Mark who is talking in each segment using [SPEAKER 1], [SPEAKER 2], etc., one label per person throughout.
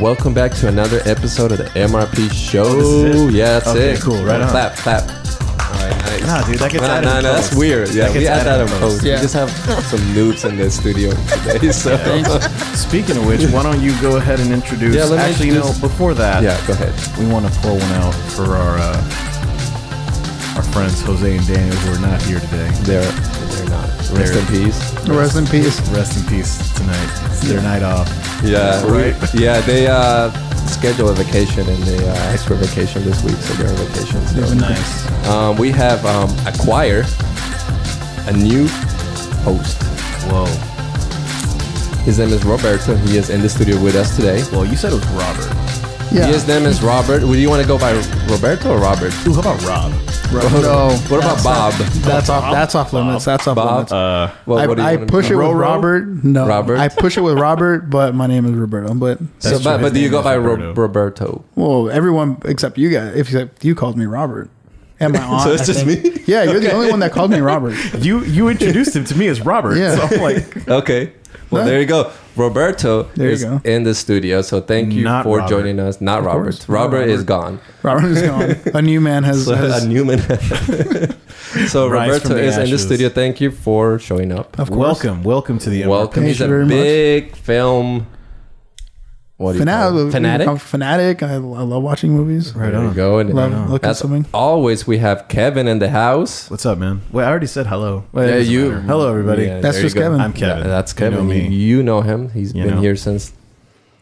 [SPEAKER 1] Welcome back to another episode of the MRP show.
[SPEAKER 2] this is it?
[SPEAKER 1] Yeah, that's
[SPEAKER 2] Okay,
[SPEAKER 1] it.
[SPEAKER 2] cool. Right on.
[SPEAKER 1] Clap, clap. All right, nice.
[SPEAKER 2] Nah, dude, that gets
[SPEAKER 1] Nah,
[SPEAKER 2] added
[SPEAKER 1] nah,
[SPEAKER 2] in
[SPEAKER 1] nah, that's
[SPEAKER 2] post.
[SPEAKER 1] weird. Yeah,
[SPEAKER 2] That
[SPEAKER 1] we
[SPEAKER 2] gets
[SPEAKER 1] add that
[SPEAKER 2] added
[SPEAKER 1] in
[SPEAKER 2] in
[SPEAKER 1] post.
[SPEAKER 2] post.
[SPEAKER 1] We
[SPEAKER 3] Yeah.
[SPEAKER 1] just have some noobs in the studio today, so
[SPEAKER 2] Speaking of which, why don't you go ahead and introduce?
[SPEAKER 1] Yeah, let me
[SPEAKER 2] actually,
[SPEAKER 1] introduce-
[SPEAKER 2] no. Before that,
[SPEAKER 1] yeah, go ahead.
[SPEAKER 2] we want to pour one out for our uh, our friends Jose and Daniel who are not here today.
[SPEAKER 1] They're they're not. Rest
[SPEAKER 2] They're-
[SPEAKER 1] in peace.
[SPEAKER 3] Rest in peace.
[SPEAKER 2] Rest in peace tonight. It's their night off.
[SPEAKER 1] Yeah, we-
[SPEAKER 2] right.
[SPEAKER 1] yeah, they uh, scheduled a vacation and they uh, asked for vacation this week, so they're on vacation. So.
[SPEAKER 2] Nice.
[SPEAKER 1] Um, we have um, acquire a new host.
[SPEAKER 2] Whoa.
[SPEAKER 1] His name is Roberto. He is in the studio with us today.
[SPEAKER 2] Well, you said it was Robert.
[SPEAKER 3] Yeah.
[SPEAKER 1] His name is Robert. Would you want to go by Roberto or Robert?
[SPEAKER 2] Ooh, how about Rob?
[SPEAKER 3] No.
[SPEAKER 1] What about Bob?
[SPEAKER 3] That's off. That's off limits. That's off
[SPEAKER 1] Bob.
[SPEAKER 3] limits.
[SPEAKER 1] Uh,
[SPEAKER 3] I, I push it with
[SPEAKER 2] Roro?
[SPEAKER 3] Robert. No,
[SPEAKER 1] Robert?
[SPEAKER 3] I push it with Robert, but my name is Roberto. But
[SPEAKER 1] So,
[SPEAKER 2] That's
[SPEAKER 1] but,
[SPEAKER 2] true.
[SPEAKER 1] but do you
[SPEAKER 2] His
[SPEAKER 1] go
[SPEAKER 2] name
[SPEAKER 1] by
[SPEAKER 2] is
[SPEAKER 1] Ro-
[SPEAKER 2] Roberto.
[SPEAKER 1] Roberto?
[SPEAKER 3] well, everyone except you guys, if except you called me Robert, and my aunt.
[SPEAKER 1] So it's
[SPEAKER 3] I
[SPEAKER 1] just
[SPEAKER 3] think.
[SPEAKER 1] me?
[SPEAKER 3] Yeah, you're the only one that called me Robert.
[SPEAKER 2] You you introduced him to me as Robert.
[SPEAKER 3] Yeah.
[SPEAKER 2] So I'm like,
[SPEAKER 1] Okay. Well,
[SPEAKER 3] No.
[SPEAKER 1] there you go. Roberto
[SPEAKER 3] There you
[SPEAKER 1] is
[SPEAKER 3] go.
[SPEAKER 1] in the studio, so thank you
[SPEAKER 2] Not
[SPEAKER 1] for
[SPEAKER 2] Robert.
[SPEAKER 1] joining us. Not Robert.
[SPEAKER 3] course, not
[SPEAKER 1] Robert. is
[SPEAKER 3] Robert.
[SPEAKER 1] gone.
[SPEAKER 3] Robert is gone. A new man has.
[SPEAKER 1] So
[SPEAKER 3] has
[SPEAKER 1] a Newman. so
[SPEAKER 2] Rise
[SPEAKER 1] Roberto
[SPEAKER 2] from the
[SPEAKER 1] is in the
[SPEAKER 2] ashes.
[SPEAKER 1] studio. Thank you for showing up.
[SPEAKER 3] of course.
[SPEAKER 2] welcome, welcome to the MRP.
[SPEAKER 1] Welcome.
[SPEAKER 3] Thank
[SPEAKER 1] He's
[SPEAKER 3] you
[SPEAKER 1] a
[SPEAKER 3] very much.
[SPEAKER 1] big film. What do you call
[SPEAKER 3] Fanatic.
[SPEAKER 1] it? fanatic?
[SPEAKER 3] I'm fanatic. I, I love watching movies.
[SPEAKER 2] Right
[SPEAKER 1] There you
[SPEAKER 2] on.
[SPEAKER 1] go. And
[SPEAKER 3] Love looking
[SPEAKER 1] as
[SPEAKER 3] something.
[SPEAKER 1] always, we have Kevin in the house.
[SPEAKER 2] What's up, man? Wait, I already said hello. Wait, it
[SPEAKER 1] Yeah,
[SPEAKER 2] doesn't
[SPEAKER 1] you-
[SPEAKER 2] matter. Hello, everybody.
[SPEAKER 1] Yeah,
[SPEAKER 3] That's
[SPEAKER 1] there you
[SPEAKER 3] just
[SPEAKER 1] go.
[SPEAKER 3] Kevin.
[SPEAKER 2] I'm Kevin.
[SPEAKER 1] Yeah, that's
[SPEAKER 2] You know
[SPEAKER 1] Kevin. You
[SPEAKER 2] me.
[SPEAKER 1] you know, him. He's
[SPEAKER 2] You
[SPEAKER 1] been
[SPEAKER 2] know.
[SPEAKER 1] here since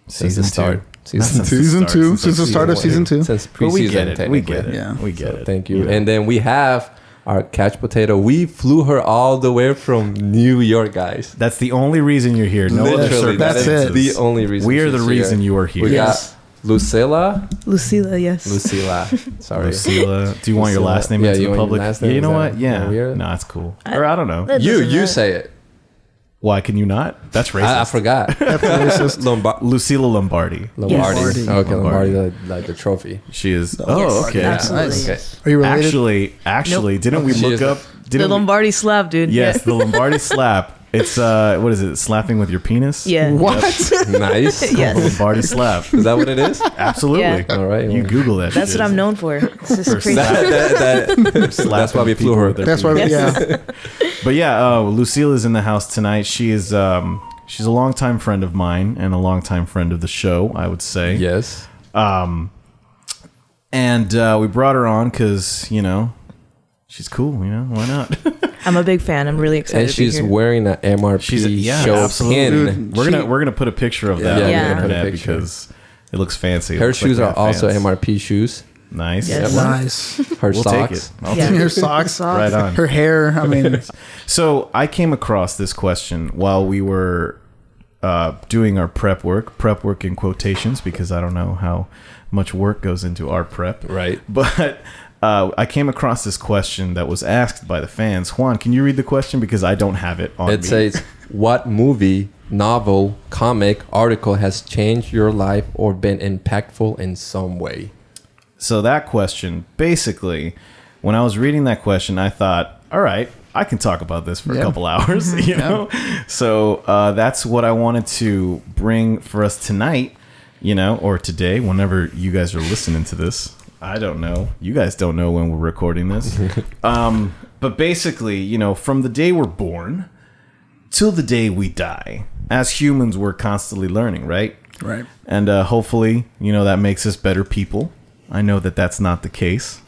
[SPEAKER 1] since the
[SPEAKER 2] Season
[SPEAKER 1] start.
[SPEAKER 2] two.
[SPEAKER 1] Season
[SPEAKER 2] Not
[SPEAKER 1] two.
[SPEAKER 3] Season
[SPEAKER 2] the start,
[SPEAKER 3] two, since the
[SPEAKER 2] season
[SPEAKER 3] start of
[SPEAKER 2] one.
[SPEAKER 3] season two.
[SPEAKER 1] Since preseason.
[SPEAKER 2] But we get it. We get
[SPEAKER 1] technically.
[SPEAKER 2] it.
[SPEAKER 3] Yeah.
[SPEAKER 2] We get
[SPEAKER 1] So
[SPEAKER 2] it.
[SPEAKER 1] Thank you.
[SPEAKER 2] know.
[SPEAKER 1] And then we have our catch potato. We flew her all the way from New York, guys.
[SPEAKER 2] that's the only reason you're here. No other
[SPEAKER 1] Literally, that
[SPEAKER 3] that's
[SPEAKER 2] circumstances.
[SPEAKER 1] is
[SPEAKER 3] it.
[SPEAKER 1] the only reason.
[SPEAKER 2] We are the
[SPEAKER 1] she's
[SPEAKER 2] reason you are here.
[SPEAKER 1] We
[SPEAKER 3] Yes.
[SPEAKER 1] got Lucilla,
[SPEAKER 4] Lucila, yes.
[SPEAKER 1] Lucilla. Sorry.
[SPEAKER 2] Lucila. Do you want your
[SPEAKER 1] Lucila.
[SPEAKER 2] last name
[SPEAKER 1] Yeah,
[SPEAKER 2] into
[SPEAKER 1] you
[SPEAKER 2] the
[SPEAKER 1] want your
[SPEAKER 2] public?
[SPEAKER 1] last
[SPEAKER 2] Yeah,
[SPEAKER 1] name?
[SPEAKER 2] you know
[SPEAKER 1] Is that
[SPEAKER 2] what? Yeah.
[SPEAKER 1] weird?
[SPEAKER 2] No, that's cool. or I don't know.
[SPEAKER 4] That
[SPEAKER 1] You
[SPEAKER 4] doesn't
[SPEAKER 1] you
[SPEAKER 4] matter.
[SPEAKER 1] say it.
[SPEAKER 2] Why can you not? That's racist.
[SPEAKER 1] I, I forgot. Lomba-
[SPEAKER 2] Lucila Lombardi.
[SPEAKER 1] Lombardi.
[SPEAKER 3] Lombardi.
[SPEAKER 1] Okay, Lombardi,
[SPEAKER 2] Lombardi.
[SPEAKER 1] the, like the trophy.
[SPEAKER 2] She is. Oh, okay.
[SPEAKER 1] Yes.
[SPEAKER 4] Absolutely.
[SPEAKER 1] Nice. Okay.
[SPEAKER 3] Are you related?
[SPEAKER 2] Actually, actually, didn't we
[SPEAKER 1] She is
[SPEAKER 2] look
[SPEAKER 1] the-
[SPEAKER 2] up?
[SPEAKER 4] The
[SPEAKER 2] Didn't we-
[SPEAKER 4] Lombardi slab, dude.
[SPEAKER 2] Yes, the Lombardi slap. It's uh, what is it? Slapping with your penis.
[SPEAKER 4] Yeah. Yeah.
[SPEAKER 3] what?
[SPEAKER 1] Nice.
[SPEAKER 2] The
[SPEAKER 4] Yes.
[SPEAKER 2] Lombardi slap.
[SPEAKER 1] Is that what it is?
[SPEAKER 2] Absolutely.
[SPEAKER 4] Yeah.
[SPEAKER 1] All right.
[SPEAKER 2] You
[SPEAKER 1] well,
[SPEAKER 2] Google that.
[SPEAKER 4] That's
[SPEAKER 2] shit.
[SPEAKER 4] what I'm known for. It's just
[SPEAKER 2] For
[SPEAKER 4] crazy.
[SPEAKER 2] slap-
[SPEAKER 1] that, that,
[SPEAKER 2] slapping
[SPEAKER 1] why we flew
[SPEAKER 2] people
[SPEAKER 1] her.
[SPEAKER 2] with their
[SPEAKER 3] That's why. we-
[SPEAKER 2] penis.
[SPEAKER 3] Yeah.
[SPEAKER 2] But yeah, uh, Lucille is in the house tonight. She is um, she's a longtime friend of mine and a longtime friend of the show, I would say. Um,
[SPEAKER 1] yes.
[SPEAKER 2] And uh, we brought her on because you know she's cool. You know why not?
[SPEAKER 4] I'm a big fan. I'm really excited.
[SPEAKER 1] And she's
[SPEAKER 4] to be here.
[SPEAKER 1] wearing an MRP
[SPEAKER 2] She's yeah,
[SPEAKER 1] show
[SPEAKER 2] absolutely.
[SPEAKER 1] pin.
[SPEAKER 2] We're gonna we're gonna put a picture of that
[SPEAKER 1] Yeah,
[SPEAKER 2] on
[SPEAKER 4] yeah.
[SPEAKER 2] the
[SPEAKER 4] Put a
[SPEAKER 2] internet
[SPEAKER 1] picture.
[SPEAKER 2] because it looks fancy. It
[SPEAKER 1] Her
[SPEAKER 2] looks like
[SPEAKER 1] shoes
[SPEAKER 2] we
[SPEAKER 1] are
[SPEAKER 2] have
[SPEAKER 1] also
[SPEAKER 2] fans.
[SPEAKER 1] MRP shoes.
[SPEAKER 2] Nice.
[SPEAKER 4] Yes.
[SPEAKER 2] Yeah,
[SPEAKER 3] nice.
[SPEAKER 1] Her
[SPEAKER 2] we'll take it.
[SPEAKER 1] socks.
[SPEAKER 2] I'll
[SPEAKER 4] Yeah.
[SPEAKER 2] take it.
[SPEAKER 3] Her socks.
[SPEAKER 2] Right on.
[SPEAKER 3] Her hair. I mean,
[SPEAKER 2] So I came across this question while we were uh, doing our prep work, prep work in quotations, because I don't know how much work goes into our prep.
[SPEAKER 1] Right.
[SPEAKER 2] But uh, I came across this question that was asked by the fans. Juan, can you read the question? Because I don't have it on
[SPEAKER 1] It
[SPEAKER 2] me.
[SPEAKER 1] says, "What movie, novel, comic, article has changed your life or been impactful in some way?"
[SPEAKER 2] So that question, basically, when I was reading that question, I thought, all right, I can talk about this for
[SPEAKER 3] Yeah.
[SPEAKER 2] a couple hours, you know? So uh, that's what I wanted to bring for us tonight, you know, or today, whenever you guys are listening to this. I don't know. You guys don't know when we're recording this. um, but basically, you know, from the day we're born till the day we die, as humans, we're constantly learning, right?
[SPEAKER 3] right.
[SPEAKER 2] and uh, hopefully you know that makes us better people i know that that's not the case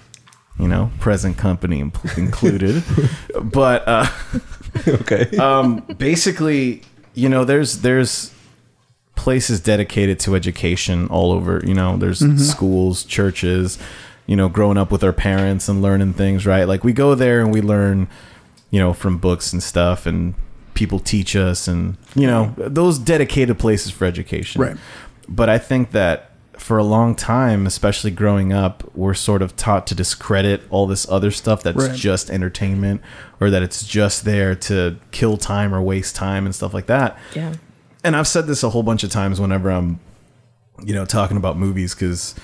[SPEAKER 2] you know present company imp- included but uh,
[SPEAKER 1] Okay.
[SPEAKER 2] um, basically you know there's there's places dedicated to education all over you know there's schools churches you know growing up with our parents and learning things right like we go there and we learn you know from books and stuff and people teach us and you know those dedicated places for education
[SPEAKER 3] Right.
[SPEAKER 2] but I think that for a long time, especially growing up, we're sort of taught to discredit all this other stuff that's
[SPEAKER 3] Right.
[SPEAKER 2] just entertainment or that it's just there to kill time or waste time and stuff like that.
[SPEAKER 4] Yeah.
[SPEAKER 2] And I've said this a whole bunch of times whenever I'm, you know, talking about movies because,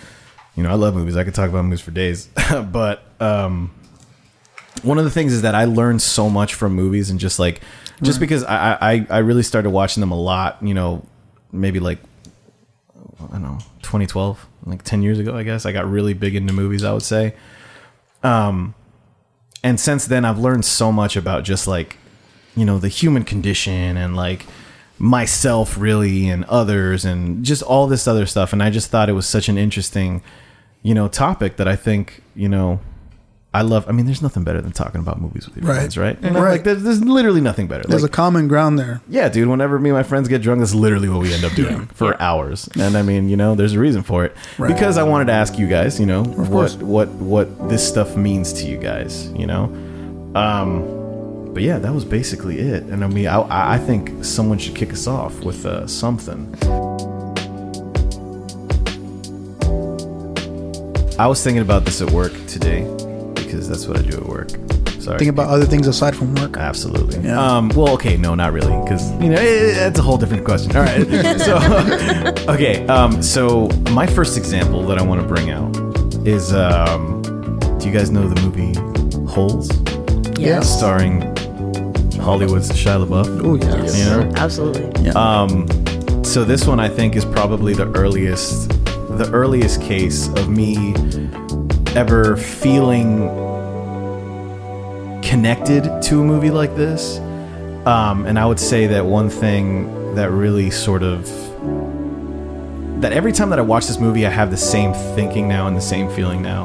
[SPEAKER 2] you know, I love movies. I could talk about movies for days. but um, one of the things is that I learned so much from movies and just like, just because I, I, I really started watching them a lot, you know, maybe like I don't know, 2012, like 10 years ago, I guess. I got really big into movies, I would say. Um, and since then, I've learned so much about just like, you know, the human condition and like myself, really, and others, and just all this other stuff. And I just thought it was such an interesting, you know, topic that I think, you know, I love. I mean, there's nothing better than talking about movies with your
[SPEAKER 3] Right.
[SPEAKER 2] friends, right?
[SPEAKER 3] Mhm.
[SPEAKER 2] Like, there's, there's literally nothing better.
[SPEAKER 3] There's
[SPEAKER 2] Like,
[SPEAKER 3] a common ground there.
[SPEAKER 2] yeah, dude, whenever me and my friends get drunk, that's literally what we end up doing for hours. And I mean, you know, there's a reason for it.
[SPEAKER 3] Right.
[SPEAKER 2] Because I wanted to ask you guys, you know, what
[SPEAKER 3] course.
[SPEAKER 2] what what this stuff means to you guys, you know? Um but yeah, that was basically it. And I mean, I- I, I think someone should kick us off with uh, something. I was thinking about this at work today because that's what I do at work. Sorry.
[SPEAKER 3] Think about other things aside from work.
[SPEAKER 2] Absolutely.
[SPEAKER 3] Yeah.
[SPEAKER 2] Um, well, okay, no, not really, because you know it, it's a whole different question. All right. so, okay. Um, so my first example that I want to bring out is, um, do you guys know the movie Holes,
[SPEAKER 3] Yes.
[SPEAKER 2] starring Hollywood's Shia LaBeouf?
[SPEAKER 3] Oh yes.
[SPEAKER 2] You know.
[SPEAKER 4] Absolutely.
[SPEAKER 2] Um, so this one I think is probably the earliest, the earliest case of me ever feeling connected to a movie like this. Um, and I would say that one thing that really sort of that every time that I watch this movie, I have the same thinking now and the same feeling now.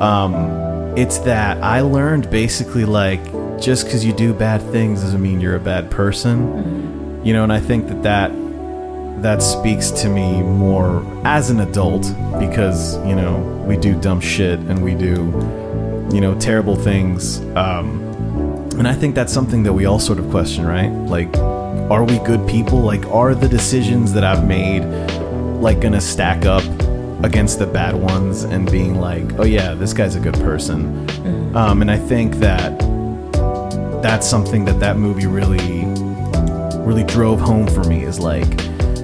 [SPEAKER 2] Um, it's that I learned basically like just because you do bad things doesn't mean you're a bad person you know and i think that that that speaks to me more as an adult because you know we do dumb shit and we do you know terrible things um and i think that's something that we all sort of question right like are we good people like are the decisions that i've made like gonna stack up against the bad ones and being like oh yeah this guy's a good person um and i think that that's something that that movie really really drove home for me is like,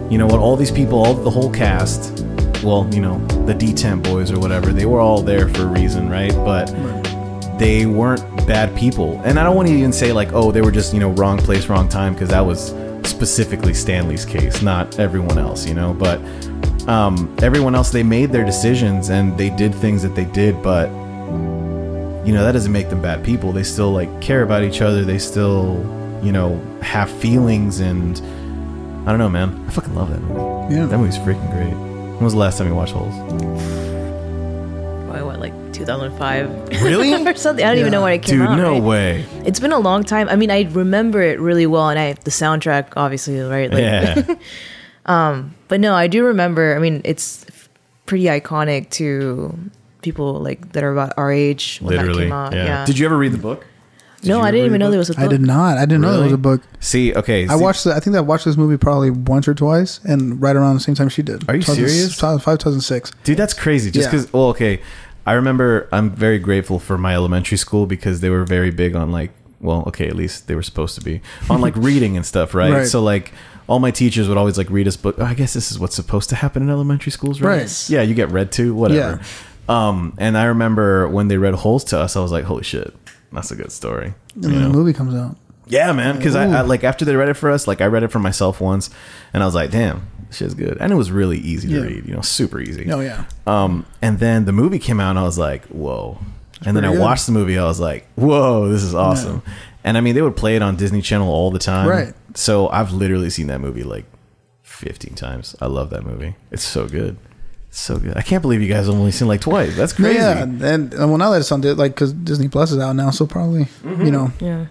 [SPEAKER 2] you know what, all these people, all the whole cast, well, you know, the D10 boys or whatever, they were all there for a reason, right? But they weren't bad people. And I don't want to even say like, oh, they were just, you know, wrong place, wrong time, because that was specifically Stanley's case, not everyone else, you know, but um, everyone else, they made their decisions and they did things that they did, but you know that doesn't make them bad people they still like care about each other they still you know have feelings and i don't know man i fucking love that movie
[SPEAKER 3] Yeah.
[SPEAKER 2] that movie's freaking great when was the last time you watched holes
[SPEAKER 4] Probably what, like 2005?
[SPEAKER 2] Really?
[SPEAKER 4] or something. I don't even
[SPEAKER 3] Yeah.
[SPEAKER 4] know when it came
[SPEAKER 2] dude
[SPEAKER 4] out.
[SPEAKER 2] no
[SPEAKER 4] right?
[SPEAKER 2] way
[SPEAKER 4] It's been a long time. I mean, I remember it really well, and I the soundtrack, obviously, right? Like,
[SPEAKER 2] yeah
[SPEAKER 4] But no, I do remember. I mean, it's f- pretty iconic to people like that are about our age. When that
[SPEAKER 2] literally
[SPEAKER 4] came out.
[SPEAKER 2] yeah.
[SPEAKER 4] yeah.
[SPEAKER 2] did you ever read the book Did
[SPEAKER 4] no,
[SPEAKER 2] you
[SPEAKER 4] I
[SPEAKER 2] ever
[SPEAKER 4] didn't
[SPEAKER 2] read
[SPEAKER 4] even
[SPEAKER 2] the
[SPEAKER 4] know there
[SPEAKER 2] book?
[SPEAKER 4] was a book.
[SPEAKER 3] I did not. I didn't know there was
[SPEAKER 2] Really?
[SPEAKER 3] a book.
[SPEAKER 2] see okay
[SPEAKER 3] I
[SPEAKER 2] see-
[SPEAKER 3] watched. The, I think I watched this movie probably once or twice, and right around the same time she did.
[SPEAKER 2] Are you serious?
[SPEAKER 3] 2005, 2006.
[SPEAKER 2] dude that's crazy just
[SPEAKER 3] Yeah.
[SPEAKER 2] because well okay i remember i'm very grateful for my elementary school because they were very big on like well okay at least they were supposed to be on like reading and stuff right?
[SPEAKER 3] Right.
[SPEAKER 2] so like all my teachers would always like read us book i guess this is what's supposed to happen in elementary schools right
[SPEAKER 3] Right.
[SPEAKER 2] yeah you get read to whatever
[SPEAKER 3] Yeah.
[SPEAKER 2] um and i remember when they read holes to us i was like holy shit that's a good story
[SPEAKER 3] And then the movie comes out.
[SPEAKER 2] yeah, man. Because I, I like after they read it for us, like I read it for myself once, and I was like, damn, this shit's good. And it was really easy to
[SPEAKER 3] Yeah.
[SPEAKER 2] read, you know, super easy.
[SPEAKER 3] Oh, yeah.
[SPEAKER 2] Um, and then the movie came out, and I was like, whoa. and then I
[SPEAKER 3] pretty good.
[SPEAKER 2] watched the movie. I was like, whoa, this is awesome. And I mean, they would play it on Disney Channel all the time.
[SPEAKER 3] Right.
[SPEAKER 2] So I've literally seen that movie like 15 times. I love that movie. It's so good. It's so good. I can't believe you guys have only seen it, like twice. That's crazy.
[SPEAKER 3] Yeah, and, and well, now that it's on Di- like because Disney Plus is out now, so probably you know
[SPEAKER 4] Yeah.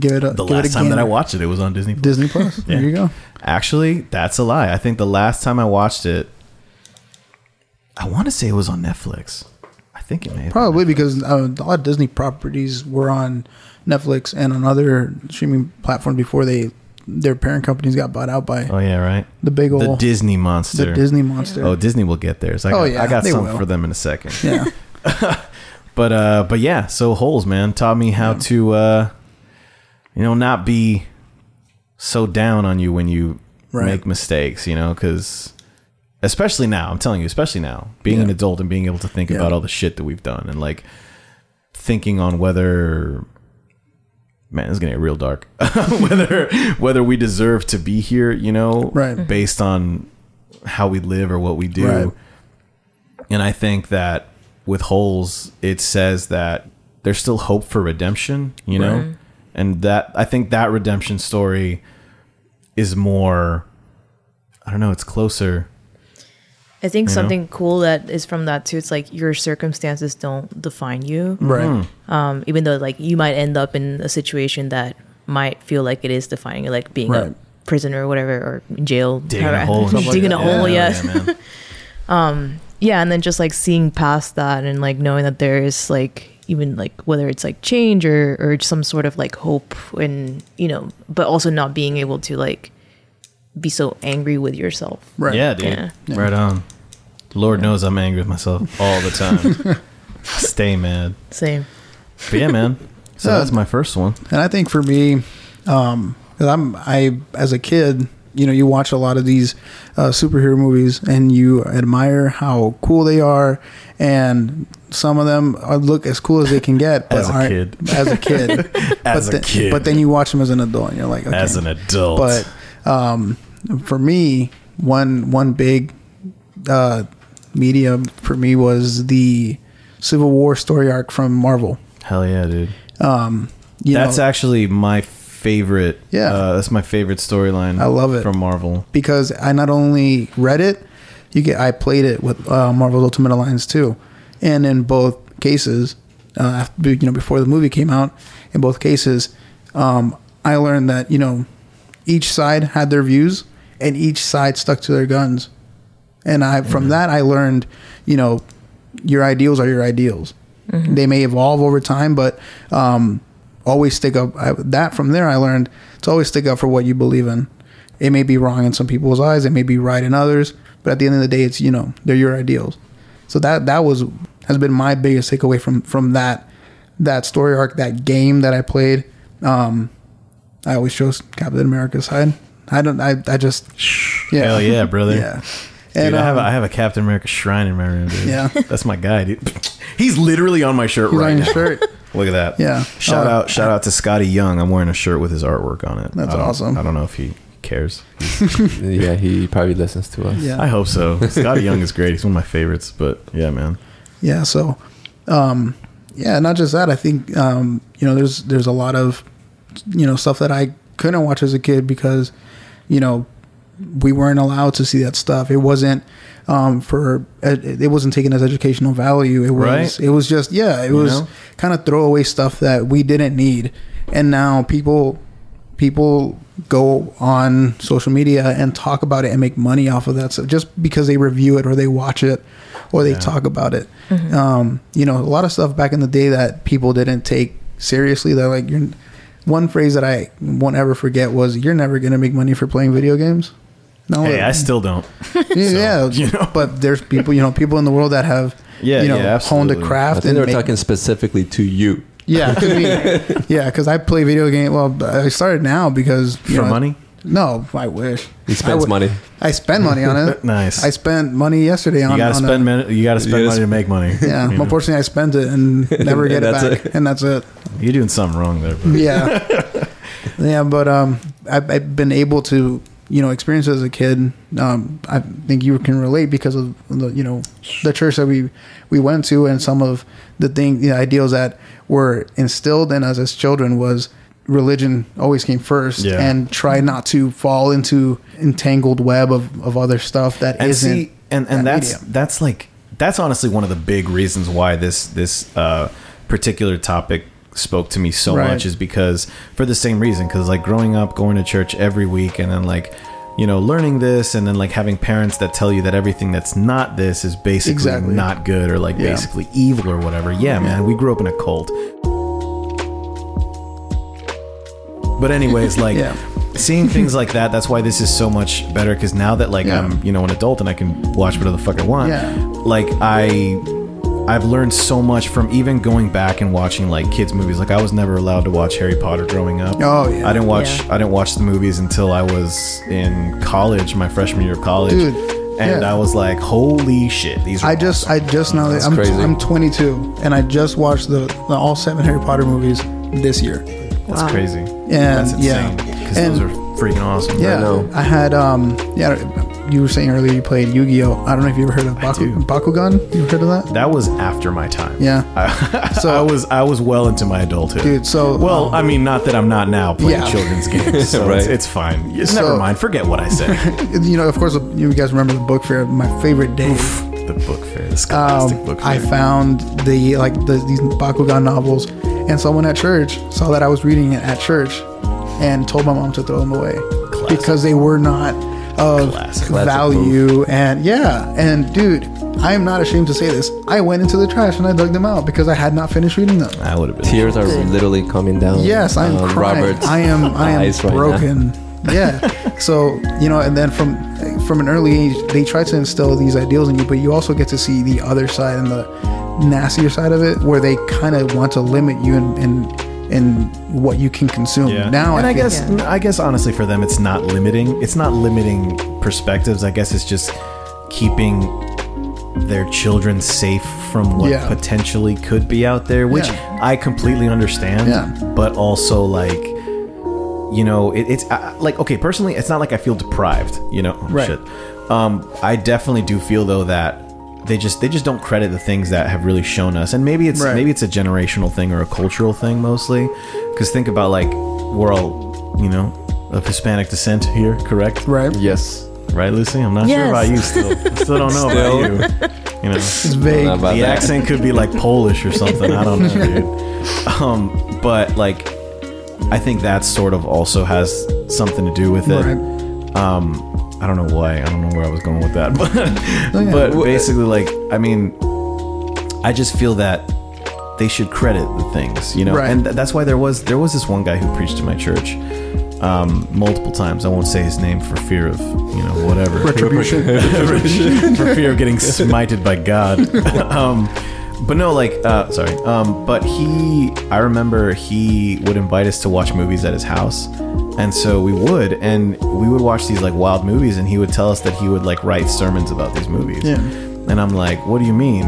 [SPEAKER 3] give it a
[SPEAKER 2] The
[SPEAKER 3] give it
[SPEAKER 2] last
[SPEAKER 3] a
[SPEAKER 2] time that I
[SPEAKER 3] gander.
[SPEAKER 2] watched it, it was on Disney. Plus.
[SPEAKER 3] Disney Plus. There you go.
[SPEAKER 2] Actually, that's a lie. I think the last time I watched it, I want to say it was on Netflix. I think it may have been
[SPEAKER 3] Probably because uh, a lot of Disney properties were on Netflix and on other streaming platforms before they their parent companies got bought out by
[SPEAKER 2] Netflix. Oh yeah, right.
[SPEAKER 3] the big
[SPEAKER 2] The
[SPEAKER 3] old
[SPEAKER 2] Disney monster.
[SPEAKER 3] the Disney monster.
[SPEAKER 2] Oh, Disney will get theirs. I got,
[SPEAKER 3] Oh, yeah,
[SPEAKER 2] I got
[SPEAKER 3] they
[SPEAKER 2] something
[SPEAKER 3] will.
[SPEAKER 2] for them in a second.
[SPEAKER 3] yeah,
[SPEAKER 2] But uh, but yeah. So holes, man, taught me how to uh, you know, not be so down on you when you
[SPEAKER 3] Right.
[SPEAKER 2] make mistakes. You know, because especially now, I'm telling you, especially now, being an
[SPEAKER 3] Yeah.
[SPEAKER 2] adult and being able to think
[SPEAKER 3] Yeah.
[SPEAKER 2] about all the shit that we've done and like thinking on whether man, it's gonna get real dark. whether whether we deserve to be here, you know,
[SPEAKER 3] Right.
[SPEAKER 2] based on how we live or what we do.
[SPEAKER 3] Right.
[SPEAKER 2] And I think that with holes, it says that there's still hope for redemption, you know? And that I think that redemption story is more I don't know, it's closer.
[SPEAKER 4] I think something cool that is from that too. It's like your circumstances don't define you.
[SPEAKER 3] Right.
[SPEAKER 2] Hmm.
[SPEAKER 4] Um, even though like you might end up in a situation that might feel like it is defining you, like being
[SPEAKER 3] Right.
[SPEAKER 4] a prisoner or whatever, or in jail,
[SPEAKER 2] Digging a
[SPEAKER 4] however-
[SPEAKER 2] hole. and shit.
[SPEAKER 4] digging a hole.
[SPEAKER 2] Yeah,
[SPEAKER 4] yes.
[SPEAKER 2] yeah, man.
[SPEAKER 4] yeah and then just like seeing past that and like knowing that there is like even like whether it's like change or or some sort of like hope and you know but also not being able to like be so angry with yourself
[SPEAKER 3] Right.
[SPEAKER 2] Yeah, dude.
[SPEAKER 4] Yeah.
[SPEAKER 2] Right on. Lord knows I'm angry with myself all the time. Stay mad.
[SPEAKER 4] same
[SPEAKER 2] But yeah, man. So
[SPEAKER 3] Yeah.
[SPEAKER 2] that's my first one.
[SPEAKER 3] And I think for me, um, 'cause I'm I as a kid, you know, you watch a lot of these uh, superhero movies and you admire how cool they are, and some of them are, look as cool as they can get. But
[SPEAKER 2] As a
[SPEAKER 3] aren't-
[SPEAKER 2] kid.
[SPEAKER 3] as a kid,
[SPEAKER 2] As
[SPEAKER 3] but
[SPEAKER 2] a
[SPEAKER 3] then,
[SPEAKER 2] kid.
[SPEAKER 3] But then you watch them as an adult, and you're like, okay.
[SPEAKER 2] As an adult.
[SPEAKER 3] But um, for me, one one big uh, medium for me was the Civil War story arc from Marvel.
[SPEAKER 2] Hell yeah, dude.
[SPEAKER 3] You
[SPEAKER 2] that's
[SPEAKER 3] know,
[SPEAKER 2] actually my favorite.
[SPEAKER 3] Yeah.
[SPEAKER 2] uh, that's my favorite storyline.
[SPEAKER 3] I love it.
[SPEAKER 2] from Marvel.
[SPEAKER 3] because I not only read it, you get I played it with uh, Marvel's Ultimate Alliance too, and in both cases, uh, after, you know before the movie came out, in both cases, um, I learned that you know each side had their views and each side stuck to their guns, and I from that I learned you know your ideals are your ideals. They may evolve over time, but um, always stick up. I, that from there, I learned to always stick up for what you believe in. It may be wrong in some people's eyes, it may be right in others, but at the end of the day, it's you know they're your ideals. So that that was has been my biggest takeaway from from that that story arc, that game that I played. Um, I always chose Captain America's side. I don't. I, I just. Yeah.
[SPEAKER 2] Hell yeah, brother.
[SPEAKER 3] Yeah.
[SPEAKER 2] Dude, I have a,
[SPEAKER 3] um,
[SPEAKER 2] I have a Captain America shrine in my room. Dude.
[SPEAKER 3] Yeah.
[SPEAKER 2] that's my guy, dude. He's literally on my shirt
[SPEAKER 3] He's
[SPEAKER 2] right
[SPEAKER 3] on your
[SPEAKER 2] now.
[SPEAKER 3] shirt.
[SPEAKER 2] Look at that.
[SPEAKER 3] Yeah.
[SPEAKER 2] Shout
[SPEAKER 3] Oh.
[SPEAKER 2] out! Shout out to Scotty Young. I'm wearing a shirt with his artwork on it. I
[SPEAKER 3] That's
[SPEAKER 2] don't-
[SPEAKER 3] awesome.
[SPEAKER 2] I don't know if he cares.
[SPEAKER 1] yeah, he probably listens to us.
[SPEAKER 3] Yeah.
[SPEAKER 2] I hope so. Scotty Young is great. He's one of my favorites. But yeah, man.
[SPEAKER 3] yeah so um yeah not just that i think um you know there's there's a lot of you know stuff that i couldn't watch as a kid because you know we weren't allowed to see that stuff it wasn't um for it it wasn't taken as educational value it was
[SPEAKER 2] Right.
[SPEAKER 3] it was just yeah it was
[SPEAKER 2] know?
[SPEAKER 3] kind of throwaway stuff that we didn't need and now people people go on social media and talk about it and make money off of that stuff just because they review it or they watch it or they talk about it um, you know a lot of stuff back in the day that people didn't take seriously that like you're one phrase that i won't ever forget was you're never going to make money for playing video games no
[SPEAKER 2] Hey, I still don't.
[SPEAKER 3] yeah, yeah,
[SPEAKER 2] you know.
[SPEAKER 3] but there's people you know people in the world that have
[SPEAKER 2] Yeah,
[SPEAKER 3] you know
[SPEAKER 2] yeah,
[SPEAKER 3] honed a
[SPEAKER 2] absolutely.
[SPEAKER 1] I
[SPEAKER 3] craft
[SPEAKER 1] think they were
[SPEAKER 3] make-
[SPEAKER 1] talking specifically to you.
[SPEAKER 3] yeah, it could be. yeah, because I play video game. Well, I started now because you
[SPEAKER 2] For
[SPEAKER 3] know-
[SPEAKER 2] money?
[SPEAKER 3] No, I wish.
[SPEAKER 1] He spends
[SPEAKER 3] I w-
[SPEAKER 1] money.
[SPEAKER 3] I spend money on it.
[SPEAKER 2] Nice.
[SPEAKER 3] I spent money yesterday on.
[SPEAKER 2] You gotta
[SPEAKER 3] on
[SPEAKER 2] spend.
[SPEAKER 3] A,
[SPEAKER 2] Min- you gotta spend
[SPEAKER 1] Yes.
[SPEAKER 2] money to make money.
[SPEAKER 3] yeah,
[SPEAKER 2] You know?
[SPEAKER 3] unfortunately, I spent it and never
[SPEAKER 1] And
[SPEAKER 3] get it
[SPEAKER 1] that's
[SPEAKER 3] back,
[SPEAKER 1] it.
[SPEAKER 3] and that's it.
[SPEAKER 2] You're doing something wrong there. Bro.
[SPEAKER 3] Yeah, yeah, but um, I've, I've been able to you know experience it as a kid. Um, I think you can relate because of the you know the church that we we went to and some of the thing the ideals that were instilled in us as children was religion always came first
[SPEAKER 2] Yeah.
[SPEAKER 3] and try not to fall into entangled web of, of other stuff that
[SPEAKER 2] and
[SPEAKER 3] not
[SPEAKER 2] see, and and that's
[SPEAKER 3] medium.
[SPEAKER 2] that's like that's honestly one of the big reasons why this this uh, particular topic spoke to me so
[SPEAKER 3] Right.
[SPEAKER 2] much is because for the same reason because like growing up going to church every week and then like you know learning this and then like having parents that tell you that everything that's not this is basically
[SPEAKER 3] Exactly.
[SPEAKER 2] not good or like
[SPEAKER 3] Yeah.
[SPEAKER 2] basically evil or whatever yeah man we grew up in a cult But anyways, like
[SPEAKER 3] Yeah.
[SPEAKER 2] seeing things like that, that's why this is so much better. Because now that like
[SPEAKER 3] Yeah.
[SPEAKER 2] I'm you know an adult and I can watch whatever the fuck I want,
[SPEAKER 3] Yeah.
[SPEAKER 2] like I I've learned so much from even going back and watching like kids movies. Like I was never allowed to watch Harry Potter growing up.
[SPEAKER 3] Oh, yeah.
[SPEAKER 2] I didn't watch
[SPEAKER 4] Yeah.
[SPEAKER 2] I didn't watch the movies until I was in college, my freshman year of college,
[SPEAKER 3] Dude,
[SPEAKER 2] and
[SPEAKER 3] yeah.
[SPEAKER 2] I was like, holy shit, these. Are
[SPEAKER 3] I just, I
[SPEAKER 2] awesome.
[SPEAKER 3] just now that I'm,
[SPEAKER 1] crazy.
[SPEAKER 3] I'm 22 and I just watched the, the all seven Harry Potter movies this year.
[SPEAKER 2] that's
[SPEAKER 4] Wow.
[SPEAKER 2] crazy.
[SPEAKER 3] And
[SPEAKER 2] that's
[SPEAKER 3] yeah,
[SPEAKER 2] insane because
[SPEAKER 3] and
[SPEAKER 2] those are freaking awesome.
[SPEAKER 3] yeah,
[SPEAKER 1] know.
[SPEAKER 3] I had um, yeah, you were saying earlier you played Yu-Gi-Oh. I don't know if you ever heard of Baku,
[SPEAKER 2] do.
[SPEAKER 3] Bakugan. You ever heard of that?
[SPEAKER 2] That was after my time.
[SPEAKER 3] Yeah.
[SPEAKER 2] So I
[SPEAKER 3] so
[SPEAKER 2] was I was well into my adulthood,
[SPEAKER 3] Dude, so- um,
[SPEAKER 2] well, I mean, not that I'm not now playing
[SPEAKER 3] Yeah.
[SPEAKER 2] children's games, so
[SPEAKER 1] Right.
[SPEAKER 2] it's, it's fine. It's
[SPEAKER 3] So-
[SPEAKER 2] never mind. Forget what I said.
[SPEAKER 3] you know, of course, you guys remember the book fair. My favorite day.
[SPEAKER 2] the book fair, the
[SPEAKER 3] Um,
[SPEAKER 2] scholastic book fair.
[SPEAKER 3] I found the like the, these Bakugan novels, and someone at church saw that I was reading it at church, and told my mom to throw them away
[SPEAKER 2] Classic.
[SPEAKER 3] because they were not of
[SPEAKER 2] Classic.
[SPEAKER 1] Classic
[SPEAKER 3] value. And yeah, and dude, I am not ashamed to say this. I went into the trash and I dug them out because I had not finished reading them.
[SPEAKER 2] I would have been.
[SPEAKER 1] Tears are literally coming down.
[SPEAKER 3] Yes, I'm
[SPEAKER 1] um,
[SPEAKER 3] crying.
[SPEAKER 1] Robert's
[SPEAKER 3] I am. I am
[SPEAKER 1] eyes right now.
[SPEAKER 3] broken. yeah. So you know, and then from from an early age, they try to instill these ideals in you, but you also get to see the other side and the nastier side of it, where they kind of want to limit you and and and what you can consume.
[SPEAKER 2] Yeah.
[SPEAKER 3] Now,
[SPEAKER 2] and I,
[SPEAKER 3] feel-
[SPEAKER 2] guess I guess honestly for them it's not limiting. It's not limiting perspectives. I guess it's just keeping their children safe from what
[SPEAKER 3] Yeah.
[SPEAKER 2] potentially could be out there, which
[SPEAKER 3] Yeah.
[SPEAKER 2] I completely understand.
[SPEAKER 3] Yeah.
[SPEAKER 2] But also like you know, it, it's I, I- like okay, personally, it's not like I feel deprived. You know, Oh,
[SPEAKER 3] Right.
[SPEAKER 2] shit. Um, I definitely do feel though that they just they just don't credit the things that have really shown us, and maybe it's
[SPEAKER 3] Right.
[SPEAKER 2] maybe it's a generational thing or a cultural thing mostly. Because think about like we're all you know of Hispanic descent here, correct?
[SPEAKER 3] right?
[SPEAKER 1] Yes.
[SPEAKER 2] Right, Lucy? I'm not sure
[SPEAKER 4] Yes.
[SPEAKER 2] about you still. I still don't know
[SPEAKER 1] Still.
[SPEAKER 2] about you. You know
[SPEAKER 3] It's
[SPEAKER 1] I don't
[SPEAKER 3] vague.
[SPEAKER 1] know about
[SPEAKER 2] the
[SPEAKER 1] that.
[SPEAKER 2] accent could be like Polish or something. I don't know, dude. Um, but like, I think that sort of also has something to do with it. Um, I don't know why. I don't know where I was going with that, but
[SPEAKER 3] Oh, yeah. uh,
[SPEAKER 2] but basically, like, I mean, I just feel that they should credit the things, you know.
[SPEAKER 3] Right.
[SPEAKER 2] And th- that's why there was there was this one guy who preached in my church um, multiple times. I won't say his name for fear of you know whatever
[SPEAKER 3] Retribution.
[SPEAKER 2] for fear of getting smited by God. um, but no, like, uh, sorry. Um, but he, I remember he would invite us to watch movies at his house. And so we would, and we would watch these like wild movies, and he would tell us that he would like write sermons about these movies.
[SPEAKER 3] Yeah.
[SPEAKER 2] And I'm like, what do you mean?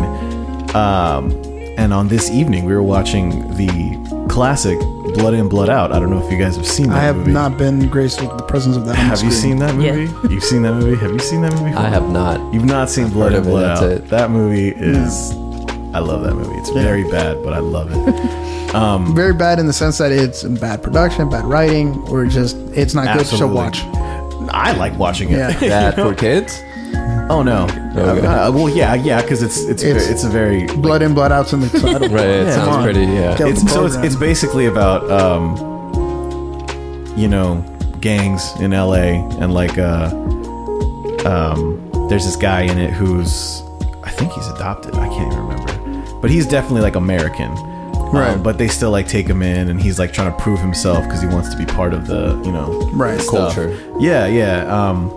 [SPEAKER 2] Um, and on this evening, we were watching the classic Blood In, Blood Out. I don't know if you guys have seen that
[SPEAKER 3] I have
[SPEAKER 2] movie.
[SPEAKER 3] not been graced with the presence of that. on the
[SPEAKER 2] Have you seen
[SPEAKER 3] screen.
[SPEAKER 2] that
[SPEAKER 4] Yeah.
[SPEAKER 2] movie? You've seen that movie? Have you seen that movie?
[SPEAKER 1] I have not.
[SPEAKER 2] You've not seen Blood
[SPEAKER 1] heard of
[SPEAKER 2] and
[SPEAKER 1] it,
[SPEAKER 2] Blood
[SPEAKER 1] that's
[SPEAKER 2] Out.
[SPEAKER 1] it.
[SPEAKER 2] That movie is. I love that movie. It's very bad, but I love it.
[SPEAKER 3] Very bad in the sense that it's bad production, bad writing, or just it's not
[SPEAKER 2] Absolutely.
[SPEAKER 3] good. So watch.
[SPEAKER 2] I like watching it.
[SPEAKER 3] Yeah.
[SPEAKER 1] That for kids?
[SPEAKER 2] oh no.
[SPEAKER 1] Okay.
[SPEAKER 2] Uh, well, yeah, yeah, because it's it's
[SPEAKER 3] It's-
[SPEAKER 2] it's a very
[SPEAKER 3] Blood in, blood out's in the title.
[SPEAKER 1] Right, it
[SPEAKER 2] Yeah,
[SPEAKER 1] sounds
[SPEAKER 2] come on.
[SPEAKER 1] pretty, yeah.
[SPEAKER 3] Kill the
[SPEAKER 2] it's so it's,
[SPEAKER 3] program.
[SPEAKER 2] it's basically about um you know gangs in la and like uh um there's this guy in it who's i think he's adopted i can't even remember but he's definitely like american
[SPEAKER 3] Right.
[SPEAKER 2] Um, but they still like take him in and he's like trying to prove himself because he wants to be part of the you know
[SPEAKER 3] Right.
[SPEAKER 2] stuff.
[SPEAKER 1] Culture.
[SPEAKER 2] Oh. yeah yeah um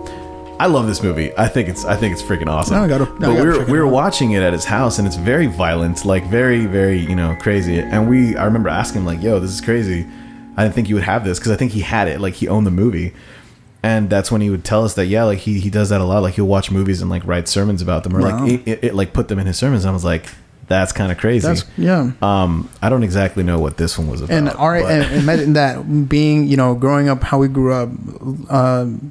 [SPEAKER 2] I love this movie. I think it's I think it's freaking awesome.
[SPEAKER 3] Now I gotta- now
[SPEAKER 2] but
[SPEAKER 3] I gotta
[SPEAKER 2] we were
[SPEAKER 3] check it
[SPEAKER 2] we were
[SPEAKER 3] out.
[SPEAKER 2] watching it at his house and it's very violent like very very you know crazy and we i remember asking him like yo this is crazy i didn't think you would have this because i think he had it like he owned the movie and that's when he would tell us that yeah like he, he does that a lot like he'll watch movies and like write sermons about them or
[SPEAKER 3] Wow.
[SPEAKER 2] like it, it, it, like put them in his sermons and i was like that's kind of crazy
[SPEAKER 3] That's yeah.
[SPEAKER 2] um i don't exactly know what this one was about
[SPEAKER 3] and all right,
[SPEAKER 2] but-
[SPEAKER 3] and imagine that being you know growing up how we grew up, um,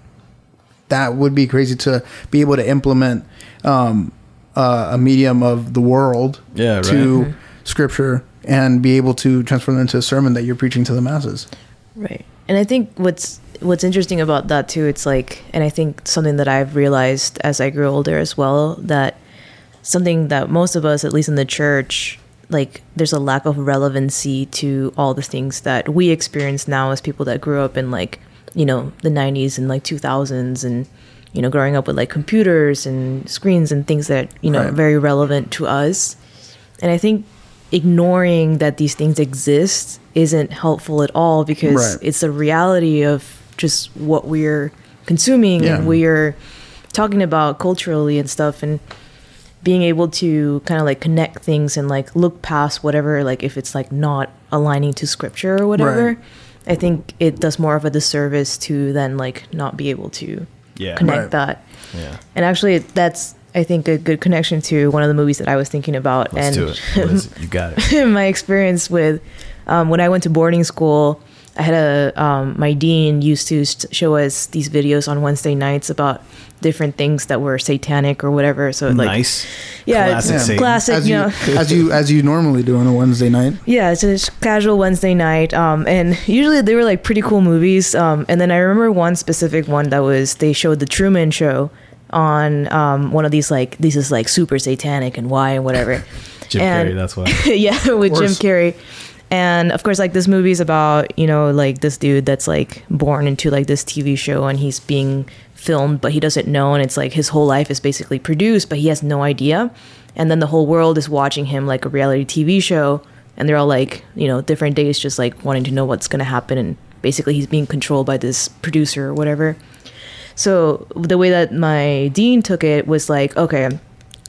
[SPEAKER 3] that would be crazy to be able to implement um, uh, a medium of the world
[SPEAKER 2] Yeah, right.
[SPEAKER 3] to scripture and be able to transform them into a sermon that you're preaching to the masses.
[SPEAKER 4] Right. And I think what's what's interesting about that too, it's like and I think something that I've realized as I grew older as well, that something that most of us, at least in the church, like there's a lack of relevancy to all the things that we experience now as people that grew up in like, you know, the nineties and like two thousands and you know, growing up with like computers and screens and things that, you know,
[SPEAKER 3] Right.
[SPEAKER 4] very relevant to us. And I think ignoring that these things exist isn't helpful at all because
[SPEAKER 3] Right.
[SPEAKER 4] it's a reality of just what we're consuming
[SPEAKER 3] Yeah.
[SPEAKER 4] and we're talking about culturally and stuff and being able to kind of like connect things and like look past whatever like if it's like not aligning to scripture or whatever
[SPEAKER 3] Right.
[SPEAKER 4] i think it does more of a disservice to then like not be able to
[SPEAKER 2] Yeah.
[SPEAKER 4] connect
[SPEAKER 3] Right.
[SPEAKER 4] that
[SPEAKER 2] yeah
[SPEAKER 4] and actually that's i think a good connection to one of the movies that i was thinking about
[SPEAKER 2] let's
[SPEAKER 4] and
[SPEAKER 2] do it. What is it you got it
[SPEAKER 4] my experience with um, when I went to boarding school, I had a um, my dean used to s- show us these videos on Wednesday nights about different things that were satanic or whatever. So like
[SPEAKER 2] nice.
[SPEAKER 4] yeah,
[SPEAKER 2] Classic
[SPEAKER 4] it's
[SPEAKER 2] Satan.
[SPEAKER 4] classic.
[SPEAKER 3] as
[SPEAKER 4] you
[SPEAKER 3] you,
[SPEAKER 4] know,
[SPEAKER 3] as you as you normally do on a Wednesday night.
[SPEAKER 4] yeah, it's just casual Wednesday night. Um, and usually they were like pretty cool movies. Um, and then I remember one specific one that was they showed the Truman Show on um, one of these like this is like super satanic and why and whatever.
[SPEAKER 2] Jim
[SPEAKER 4] And-
[SPEAKER 2] Carrey, that's why.
[SPEAKER 4] yeah, with Jim
[SPEAKER 3] course.
[SPEAKER 4] Carrey. And of course, like this movie's about, you know, like this dude that's like born into like this TV show and he's being filmed, but he doesn't know. And it's like his whole life is basically produced, but he has no idea. And then the whole world is watching him like a reality TV show. And they're all like, you know, different days just like wanting to know what's going to happen. And basically, he's being controlled by this producer or whatever. So the way that my dean took it was like, okay,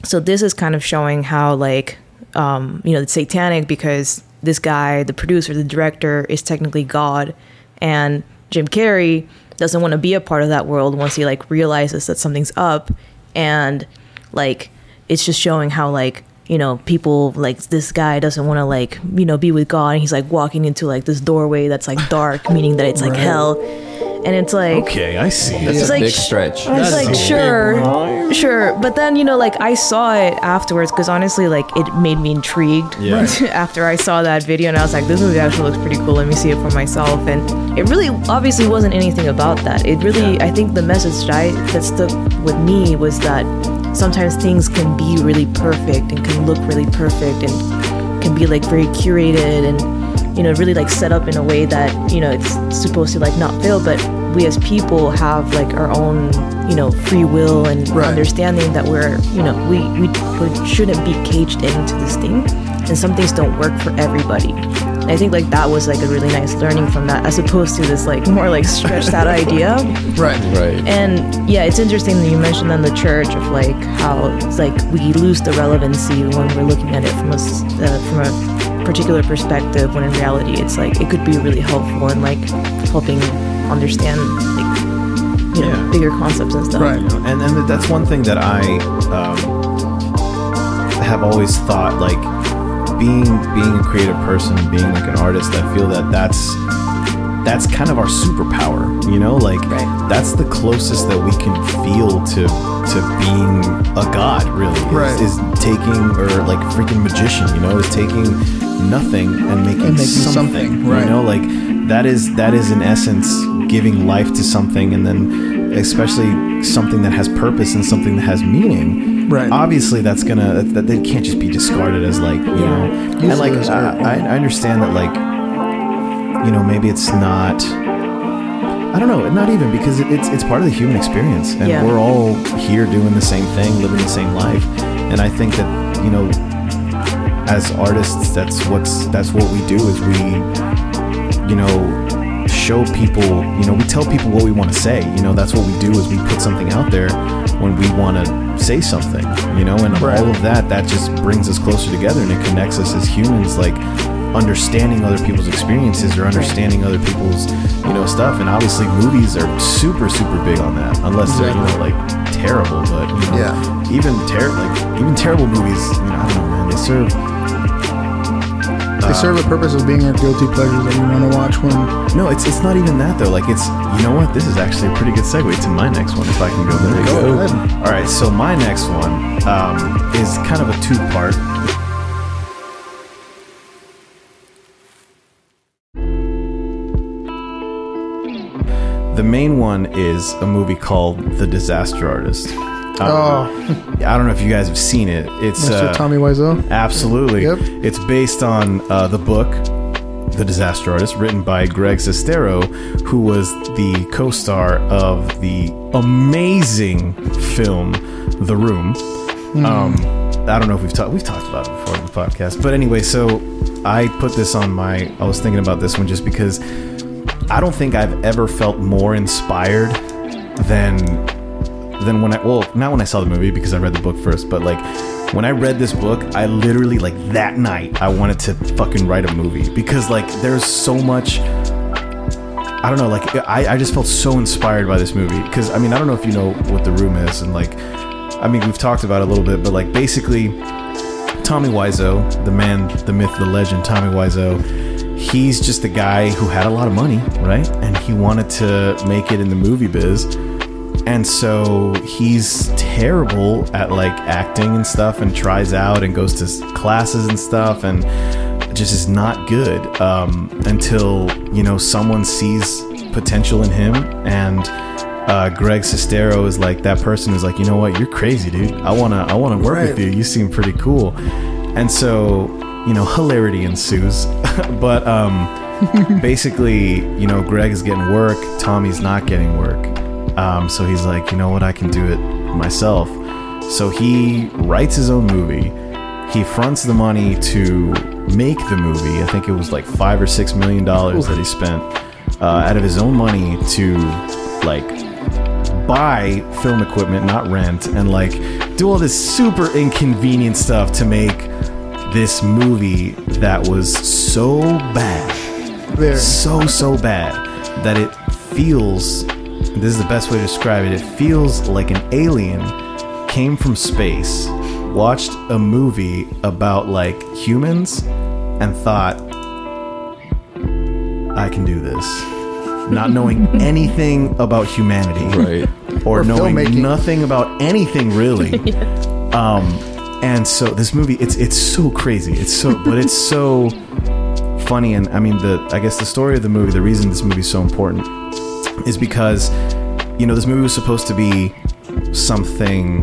[SPEAKER 4] so this is kind of showing how like um, you know it's satanic because this guy, the producer, the director, is technically God, and Jim Carrey doesn't want to be a part of that world once he like realizes that something's up, and like it's just showing how like you know people like this guy doesn't want to like you know be with God, and he's like walking into like this doorway that's like dark, meaning that it's like hell, and it's like
[SPEAKER 2] Okay, I see.
[SPEAKER 1] That's
[SPEAKER 4] It's
[SPEAKER 1] a
[SPEAKER 4] like-
[SPEAKER 1] big stretch.
[SPEAKER 4] I was
[SPEAKER 3] That's
[SPEAKER 4] like,
[SPEAKER 3] a
[SPEAKER 4] sure, sure. But then, you know, like I saw it afterwards because honestly, like it made me intrigued
[SPEAKER 2] Yeah. Right.
[SPEAKER 4] after I saw that video. And I was like, this movie actually looks pretty cool. Let me see it for myself. And it really obviously wasn't anything about that. It really, I think the message that, I, that stuck with me was that sometimes things can be really perfect and can look really perfect and can be like very curated and you know really like set up in a way that you know it's supposed to like not fail but we as people have like our own you know free will and
[SPEAKER 3] Right.
[SPEAKER 4] understanding that we're you know we, we we shouldn't be caged into this thing and some things don't work for everybody and i think like that was like a really nice learning from that as opposed to this like more like stretched out idea
[SPEAKER 3] Right.
[SPEAKER 1] Right.
[SPEAKER 4] and yeah it's interesting that you mentioned on the church of like how it's like we lose the relevancy when we're looking at it from a s- uh, from a particular perspective when in reality it's like it could be really helpful in like helping understand like you know
[SPEAKER 2] Yeah.
[SPEAKER 4] bigger concepts and stuff
[SPEAKER 3] Right.
[SPEAKER 2] you know, and and that's one thing that I um, have always thought like being being a creative person, being like an artist. I feel that that's that's kind of our superpower, you know. Like
[SPEAKER 4] Right.
[SPEAKER 2] that's the closest that we can feel to to being a god, really. is-
[SPEAKER 3] Right.
[SPEAKER 2] Is, taking or like freaking magician, you know, is taking nothing and making,
[SPEAKER 3] making
[SPEAKER 2] something,
[SPEAKER 3] something,
[SPEAKER 2] You
[SPEAKER 3] right.
[SPEAKER 2] know, like that is that is in essence giving life to something and then especially something that has purpose and something that has meaning
[SPEAKER 3] Right.
[SPEAKER 2] obviously that's gonna that, that it can't just be discarded as like you know and like
[SPEAKER 3] Useless or-
[SPEAKER 2] I, I I understand that like you know maybe it's not i don't know not even because it, it's it's part of the human experience and
[SPEAKER 4] Yeah.
[SPEAKER 2] we're all here doing the same thing living the same life and i think that you know as artists that's what's that's what we do is we you know show people you know we tell people what we want to say you know that's what we do is we put something out there when we want to say something you know and
[SPEAKER 3] Right.
[SPEAKER 2] all of that that just brings us closer together and it connects us as humans like understanding other people's experiences or understanding other people's you know stuff and obviously movies are super super big on that unless they're you know like terrible but you know
[SPEAKER 3] Yeah.
[SPEAKER 2] even terrible like even terrible movies you know i don't know man they serve
[SPEAKER 3] They serve a purpose of being our guilty pleasures that we want to watch when
[SPEAKER 2] No, it's it's not even that though. Like it's you know what? This is actually a pretty good segue to my next one if I can go there. you
[SPEAKER 1] Go
[SPEAKER 3] ahead.
[SPEAKER 2] All right, so my next one um, is kind of a two part. The main one is a movie called The Disaster Artist. Um,
[SPEAKER 3] oh
[SPEAKER 2] I don't know if you guys have seen it. It's
[SPEAKER 3] Mr.
[SPEAKER 2] uh,
[SPEAKER 3] Tommy Wiseau.
[SPEAKER 2] Absolutely.
[SPEAKER 3] Yep.
[SPEAKER 2] It's based on uh, the book, The Disaster Artist, written by Greg Sestero, who was the co star of the amazing film, The Room. Um, I don't know if we've talked we've talked about it before on the podcast, but anyway, so I put this on my. I was thinking about this one just because I don't think I've ever felt more inspired than then when I well not when I saw the movie because I read the book first, but like when I read this book, I literally like that night I wanted to fucking write a movie because like there's so much. I don't know, like I, I just felt so inspired by this movie because I mean I don't know if you know what the room is and like I mean we've talked about it a little bit, but like basically Tommy Wiseau, the man, the myth, the legend, Tommy Wiseau. he's just a guy who had a lot of money, right? And he wanted to make it in the movie biz. And so he's terrible at like acting and stuff and tries out and goes to s- classes and stuff and just is not good um, until, you know, someone sees potential in him and uh, Greg Sestero is like that person is like, you know what, you're crazy, dude. I wanna, I wanna work with
[SPEAKER 3] Right.
[SPEAKER 2] you. You seem pretty cool, and so you know, hilarity ensues. but um, basically, you know, Greg is getting work. Tommy's not getting work, um, so he's like, you know what, I can do it myself. So he writes his own movie. He fronts the money to make the movie. I think it was like five or six million dollars that he spent uh, out of his own money to like buy film equipment, not rent, and like do all this super inconvenient stuff to make this movie that was so bad,
[SPEAKER 3] Very.
[SPEAKER 2] so so bad that it feels. This is the best way to describe it. It feels like an alien came from space, watched a movie about like humans, and thought, "I can do this." Not knowing anything about humanity,
[SPEAKER 1] Right.
[SPEAKER 2] or,
[SPEAKER 3] Or
[SPEAKER 2] knowing
[SPEAKER 3] filmmaking.
[SPEAKER 2] nothing about anything really. Um, and so this movie, it's it's so crazy. It's so, but it's so funny. And I mean, the I guess the story of the movie, the reason this movie is so important, is because you know this movie was supposed to be something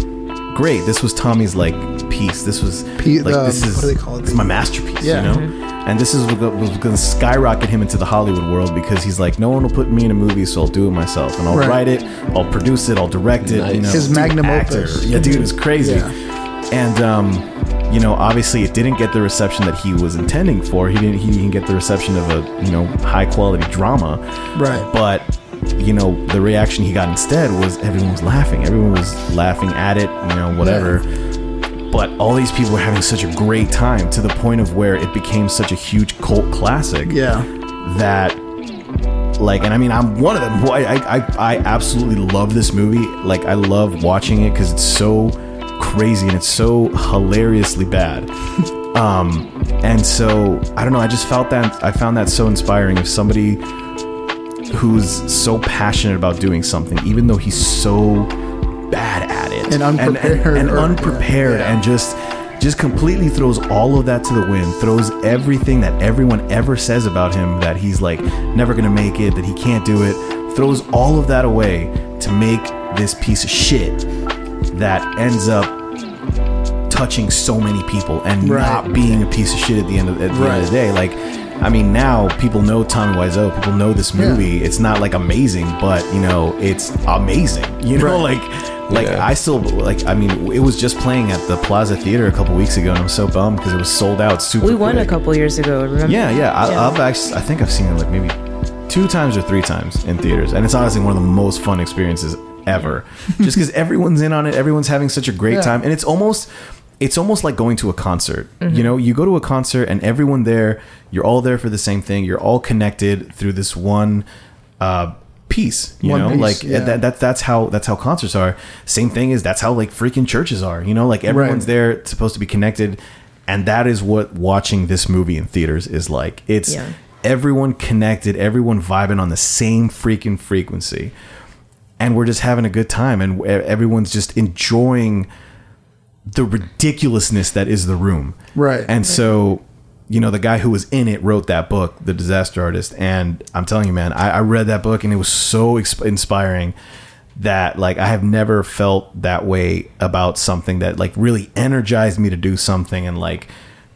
[SPEAKER 2] great. This was Tommy's like piece. This was
[SPEAKER 3] Pe-
[SPEAKER 2] like
[SPEAKER 3] um,
[SPEAKER 2] this is
[SPEAKER 3] what do they call it?
[SPEAKER 2] It's my masterpiece.
[SPEAKER 3] Yeah. Mm-hmm.
[SPEAKER 2] You know. And this is what was going to skyrocket him into the Hollywood world because he's like, no one will put me in a movie, so I'll do it myself, and I'll
[SPEAKER 3] Right.
[SPEAKER 2] write it, I'll produce it, I'll direct it. You
[SPEAKER 1] Nice.
[SPEAKER 2] know,
[SPEAKER 3] His
[SPEAKER 2] dude,
[SPEAKER 3] magnum
[SPEAKER 2] actor.
[SPEAKER 3] opus.
[SPEAKER 2] Yeah, dude, it was crazy.
[SPEAKER 3] Yeah.
[SPEAKER 2] And um, you know, obviously, it didn't get the reception that he was intending for. He didn't. He didn't get the reception of a you know high quality drama.
[SPEAKER 3] Right.
[SPEAKER 2] But you know, the reaction he got instead was everyone was laughing. Everyone was laughing at it. You know, whatever but all these people were having such a great time to the point of where it became such a huge cult classic
[SPEAKER 3] Yeah.
[SPEAKER 2] that like and i mean i'm one of them Who- i i, I- I absolutely love this movie like i love watching it because it's so crazy and it's so hilariously bad um and so i don't know i just felt that i found that so inspiring if somebody who's so passionate about doing something even though he's so bad at it
[SPEAKER 3] And unprepared,
[SPEAKER 2] and,
[SPEAKER 3] or-
[SPEAKER 2] unprepared
[SPEAKER 3] yeah.
[SPEAKER 2] and just just completely throws all of that to the wind throws everything that everyone ever says about him that he's like never gonna make it that he can't do it throws all of that away to make this piece of shit that ends up touching so many people and
[SPEAKER 3] Right.
[SPEAKER 2] not being a piece of shit at the end of, at the, end of the day. Like, I mean, now people know Tommy Wiseau, people know this movie. It's not like amazing, but you know, it's amazing. You know, like, like
[SPEAKER 1] Yeah.
[SPEAKER 2] I still like. I mean, it was just playing at the Plaza Theater a couple weeks ago, and I'm so bummed because it was sold out. Super.
[SPEAKER 4] We won a
[SPEAKER 2] quick.
[SPEAKER 4] couple years ago. Remember?
[SPEAKER 2] Yeah, yeah. I, I've actually, I think I've seen it like maybe two times or three times in theaters, and it's honestly one of the most fun experiences ever. Just because everyone's in on it, everyone's having such a great
[SPEAKER 3] Yeah.
[SPEAKER 2] time, and it's almost. It's almost like going to a concert.
[SPEAKER 3] Mm-hmm.
[SPEAKER 2] You know, you go to a concert and everyone there, you're all there for the same thing. You're all connected through this one uh, piece. You
[SPEAKER 3] One
[SPEAKER 2] know,
[SPEAKER 3] piece,
[SPEAKER 2] like
[SPEAKER 3] yeah.
[SPEAKER 2] that, that. That's how that's how concerts are. Same thing is that's how like freaking churches are. You know, like everyone's
[SPEAKER 3] Right.
[SPEAKER 2] there they're supposed to be connected and that is what watching this movie in theaters is like it's
[SPEAKER 4] Yeah.
[SPEAKER 2] everyone connected everyone vibing on the same freaking frequency and we're just having a good time and e- everyone's just enjoying the ridiculousness that is the room
[SPEAKER 3] Right.
[SPEAKER 2] and so you know the guy who was in it wrote that book the disaster artist and i'm telling you man i, I read that book and it was so exp- inspiring that like i have never felt that way about something that like really energized me to do something and like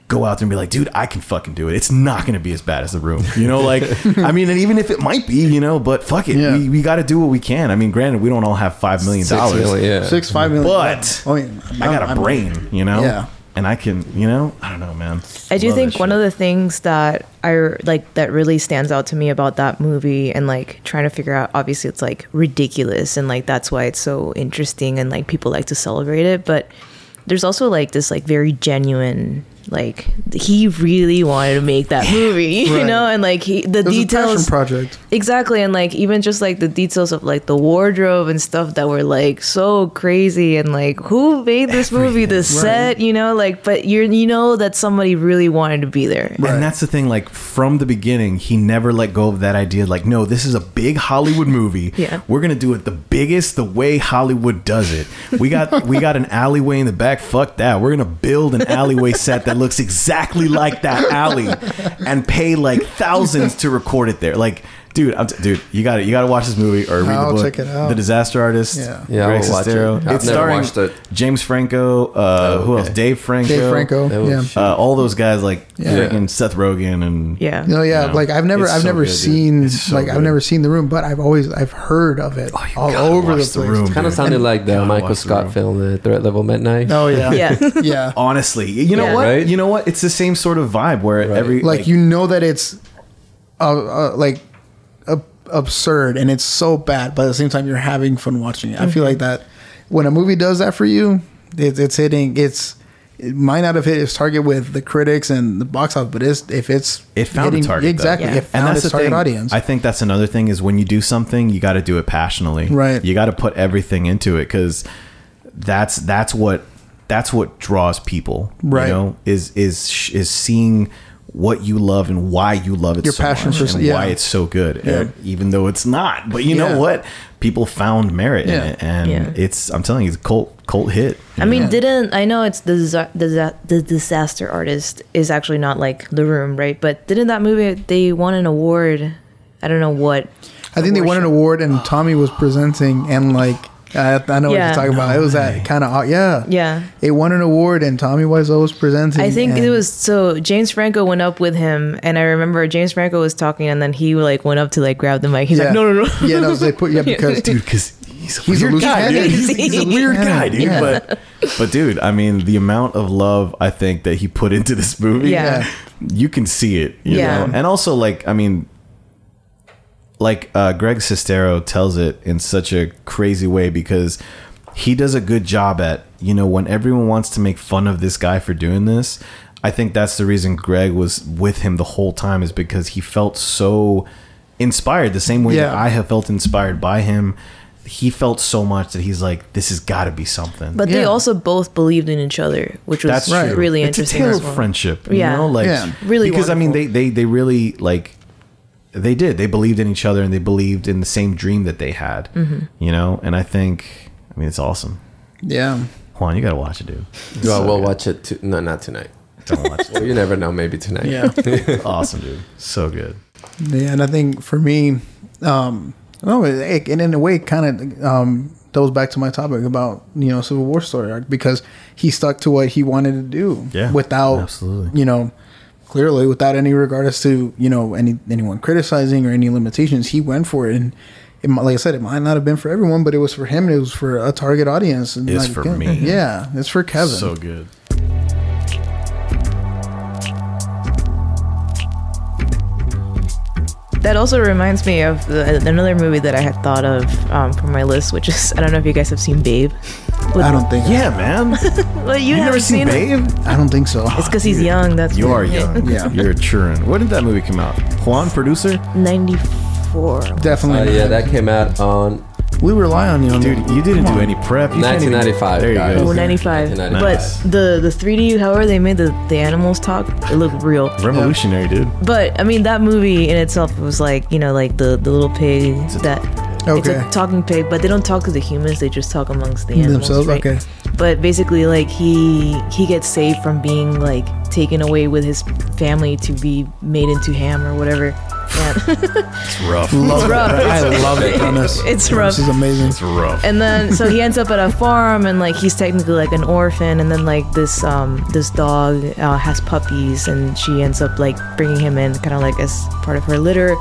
[SPEAKER 2] go out there and be like dude i can fucking do it it's not gonna be as bad as the room you know like i mean and even if it might be you know but fuck it
[SPEAKER 3] Yeah.
[SPEAKER 2] we, we gotta do what we can i mean granted we don't all have five million
[SPEAKER 1] Six
[SPEAKER 2] dollars
[SPEAKER 1] million, yeah.
[SPEAKER 3] Six five million.
[SPEAKER 2] But
[SPEAKER 3] I, mean,
[SPEAKER 2] I got a
[SPEAKER 3] I'm-
[SPEAKER 2] brain, you know?
[SPEAKER 3] Yeah.
[SPEAKER 2] And I can, you know, I don't know, man.
[SPEAKER 4] I do
[SPEAKER 2] Love
[SPEAKER 4] think
[SPEAKER 2] that
[SPEAKER 4] one
[SPEAKER 2] shit.
[SPEAKER 4] of the things that I like that really stands out to me about that movie and like trying to figure out obviously it's like ridiculous and like that's why it's so interesting and like people like to celebrate it but there's also like this like very genuine like he really wanted to make that movie, you
[SPEAKER 3] Right.
[SPEAKER 4] know, and like he the
[SPEAKER 3] It was a passion
[SPEAKER 4] details
[SPEAKER 3] project.
[SPEAKER 4] exactly, and like even just like the details of like the wardrobe and stuff that were like so crazy, and like who made this movie, the set, you know, like but you're you know that somebody really wanted to be there,
[SPEAKER 3] Right.
[SPEAKER 2] And that's the thing, like from the beginning, he never let go of that idea. Like, no, this is a big Hollywood movie.
[SPEAKER 4] Yeah.
[SPEAKER 2] We're gonna do it the biggest, the way Hollywood does it. We got we got an alleyway in the back. Fuck that. We're gonna build an alleyway set that looks exactly like that alley, and pay like thousands to record it there. Like, dude, I'm t- dude, you got to You got to watch this movie or read
[SPEAKER 3] I'll
[SPEAKER 2] the book.
[SPEAKER 3] check it out.
[SPEAKER 2] The Disaster Artist.
[SPEAKER 3] Yeah.
[SPEAKER 1] Yeah,
[SPEAKER 2] Greg
[SPEAKER 1] I'll watch it.
[SPEAKER 2] Sestero.
[SPEAKER 1] I've
[SPEAKER 2] It's
[SPEAKER 1] never
[SPEAKER 2] starring
[SPEAKER 1] watched it.
[SPEAKER 2] James Franco. Uh,
[SPEAKER 1] Oh,
[SPEAKER 2] Who
[SPEAKER 1] okay.
[SPEAKER 2] else? Dave Franco.
[SPEAKER 3] Dave Franco.
[SPEAKER 1] That was
[SPEAKER 3] Yeah.
[SPEAKER 1] shit.
[SPEAKER 2] Uh, all those guys like
[SPEAKER 1] Yeah.
[SPEAKER 2] freaking Seth Rogen and
[SPEAKER 4] yeah,
[SPEAKER 3] No, yeah,
[SPEAKER 2] No.
[SPEAKER 3] like I've never,
[SPEAKER 2] It's
[SPEAKER 3] I've
[SPEAKER 2] so
[SPEAKER 3] never
[SPEAKER 2] good, dude.
[SPEAKER 3] seen,
[SPEAKER 2] It's so
[SPEAKER 3] like I've
[SPEAKER 2] good.
[SPEAKER 3] never seen the room, but I've always, I've heard of it all
[SPEAKER 2] Oh, gotta
[SPEAKER 3] over the
[SPEAKER 2] watch
[SPEAKER 3] place.
[SPEAKER 2] The Room.
[SPEAKER 1] Kind of
[SPEAKER 2] Dude.
[SPEAKER 1] sounded like the
[SPEAKER 2] God,
[SPEAKER 1] Michael
[SPEAKER 2] watch the
[SPEAKER 1] Scott
[SPEAKER 2] room.
[SPEAKER 1] film, The Threat Level Midnight.
[SPEAKER 3] Oh yeah,
[SPEAKER 4] yeah.
[SPEAKER 3] yeah.
[SPEAKER 2] honestly, you know
[SPEAKER 4] Yeah.
[SPEAKER 2] what?
[SPEAKER 1] Right?
[SPEAKER 2] You know what? It's the same sort of vibe where
[SPEAKER 1] Right.
[SPEAKER 2] every
[SPEAKER 3] Like, you know that it's, uh, uh like, ab- absurd and it's so bad, but at the same time you're having fun watching it. I
[SPEAKER 4] Mm-hmm.
[SPEAKER 3] feel like that when a movie does that for you, it, it's hitting. It's it might not have hit its target with the critics and the box office, but it's if it's
[SPEAKER 2] it found
[SPEAKER 3] hitting-
[SPEAKER 2] a target though.
[SPEAKER 3] exactly.
[SPEAKER 4] Yeah.
[SPEAKER 3] It found its target
[SPEAKER 2] thing.
[SPEAKER 3] audience.
[SPEAKER 2] I think that's another thing is when you do something, you got to do it passionately.
[SPEAKER 3] Right.
[SPEAKER 2] You got to put everything into it because that's that's what that's what draws people.
[SPEAKER 3] Right.
[SPEAKER 2] You know, is is sh- is seeing what you love and why you love it
[SPEAKER 3] Your
[SPEAKER 2] so
[SPEAKER 3] passion
[SPEAKER 2] much
[SPEAKER 3] for-
[SPEAKER 2] and
[SPEAKER 3] yeah.
[SPEAKER 2] why it's so good and even though it's not but you
[SPEAKER 3] Yeah.
[SPEAKER 2] know what people found merit
[SPEAKER 3] Yeah.
[SPEAKER 2] in it and
[SPEAKER 4] Yeah.
[SPEAKER 2] it's i'm telling you it's a cult cult hit
[SPEAKER 4] I mean, didn't I know it's the disa- disa- the disaster artist is actually not like the room, right? But didn't that movie they won an award? I don't know what.
[SPEAKER 3] I think they won an award, and Tommy was presenting, and like I, I know what
[SPEAKER 4] Yeah.
[SPEAKER 3] you're talking about. It was that kind of yeah,
[SPEAKER 4] Yeah,
[SPEAKER 3] It won an award, and Tommy Wiseau was presenting.
[SPEAKER 4] I think
[SPEAKER 3] and-
[SPEAKER 4] it was so James Franco went up with him, and I remember James Franco was talking, and then he like went up to like grab the mic. He's
[SPEAKER 3] Yeah.
[SPEAKER 4] like, no, no, no.
[SPEAKER 3] yeah, no, they put yeah because
[SPEAKER 2] dude because he's a
[SPEAKER 3] He's a
[SPEAKER 2] weird
[SPEAKER 3] loose
[SPEAKER 2] guy
[SPEAKER 3] cannon.
[SPEAKER 2] dude.
[SPEAKER 3] He's
[SPEAKER 2] He's,
[SPEAKER 3] a-
[SPEAKER 2] he's a weird
[SPEAKER 3] cannon.
[SPEAKER 2] guy dude
[SPEAKER 3] Yeah.
[SPEAKER 2] but but dude i mean the amount of love i think that he put into this movie
[SPEAKER 4] Yeah. Yeah.
[SPEAKER 2] you can see it you
[SPEAKER 4] Yeah.
[SPEAKER 2] know and also like i mean like uh, greg sestero tells it in such a crazy way because he does a good job at you know when everyone wants to make fun of this guy for doing this i think that's the reason greg was with him the whole time is because he felt so inspired the same way that
[SPEAKER 3] Yeah.
[SPEAKER 2] i have felt inspired by him he felt so much that he's like this has got to be something
[SPEAKER 4] But they
[SPEAKER 3] Yeah.
[SPEAKER 4] also both believed in each other, which was
[SPEAKER 2] that's true.
[SPEAKER 4] really
[SPEAKER 2] it's
[SPEAKER 4] interesting.
[SPEAKER 2] a tale
[SPEAKER 4] as
[SPEAKER 2] of
[SPEAKER 4] well.
[SPEAKER 2] friendship you
[SPEAKER 4] Yeah.
[SPEAKER 2] know like
[SPEAKER 3] Yeah.
[SPEAKER 4] Really
[SPEAKER 2] because i mean they
[SPEAKER 4] wonderful.
[SPEAKER 2] they they really like they did they believed in each other and they believed in the same dream that they had
[SPEAKER 4] Mm-hmm.
[SPEAKER 2] you know and i think i mean it's awesome
[SPEAKER 3] yeah.
[SPEAKER 2] juan you gotta watch it dude
[SPEAKER 1] Do I will watch it? To, no, not tonight.
[SPEAKER 2] don't watch it
[SPEAKER 1] Well, you never know. Maybe tonight.
[SPEAKER 3] Yeah.
[SPEAKER 2] It's awesome dude so good
[SPEAKER 3] Yeah, and I think for me, um, no, it, it- and in a way, kind of um, goes back to my topic about you know Civil War story arc because he stuck to what he wanted to do,
[SPEAKER 2] Yeah,
[SPEAKER 3] without
[SPEAKER 2] absolutely.
[SPEAKER 3] you know, clearly without any regard as to you know any anyone criticizing or any limitations. He went for it, and it, mi- like I said, it might not have been for everyone, but it was for him, and it was for a target audience. And
[SPEAKER 2] It's
[SPEAKER 3] like,
[SPEAKER 2] for
[SPEAKER 3] yeah,
[SPEAKER 2] me.
[SPEAKER 3] yeah, it's for Kevin.
[SPEAKER 2] so good
[SPEAKER 4] That also reminds me of the, another movie that I had thought of um, for my list, which is I don't know if you guys have seen Babe.
[SPEAKER 3] I don't think.
[SPEAKER 2] yeah man
[SPEAKER 4] Well, you
[SPEAKER 2] you
[SPEAKER 4] haven't
[SPEAKER 2] never seen
[SPEAKER 4] seen it.
[SPEAKER 2] babe
[SPEAKER 3] I don't think so.
[SPEAKER 4] It's because he's young. That's
[SPEAKER 2] you
[SPEAKER 4] why.
[SPEAKER 2] are young
[SPEAKER 3] Yeah.
[SPEAKER 2] you're a churn when did that movie come out juan producer
[SPEAKER 4] 94.
[SPEAKER 1] Uh,
[SPEAKER 3] Definitely.
[SPEAKER 1] yeah,
[SPEAKER 3] not.
[SPEAKER 1] that came out on
[SPEAKER 3] we rely on you, on
[SPEAKER 2] dude
[SPEAKER 3] that.
[SPEAKER 2] you didn't
[SPEAKER 3] Come
[SPEAKER 2] do
[SPEAKER 3] on.
[SPEAKER 2] any prep You can't even-
[SPEAKER 1] 1995.
[SPEAKER 2] there you
[SPEAKER 1] guys.
[SPEAKER 2] go
[SPEAKER 4] Oh, 95.
[SPEAKER 1] 1995.
[SPEAKER 4] But the, the 3D, however they made the, the animals talk, it looked real.
[SPEAKER 2] revolutionary dude
[SPEAKER 4] But, I mean, that movie in itself was like, you know, like the, the little pig that. It's
[SPEAKER 3] Okay.
[SPEAKER 4] a talking pig, but they don't talk to the humans. They just talk amongst the animals.
[SPEAKER 3] Themselves?
[SPEAKER 4] right?
[SPEAKER 3] Okay.
[SPEAKER 4] But basically, like he he gets saved from being like taken away with his family to be made into ham or whatever. Yeah.
[SPEAKER 2] it's rough
[SPEAKER 3] Love
[SPEAKER 4] rough.
[SPEAKER 3] it. I love it, Jonas.
[SPEAKER 4] It's
[SPEAKER 3] Jonas
[SPEAKER 4] rough.
[SPEAKER 3] is amazing.
[SPEAKER 2] it's rough
[SPEAKER 4] and then so he ends up at a farm and like he's technically like an orphan and then like this um this dog uh, has puppies and she ends up like bringing him in kind of like as part of her litter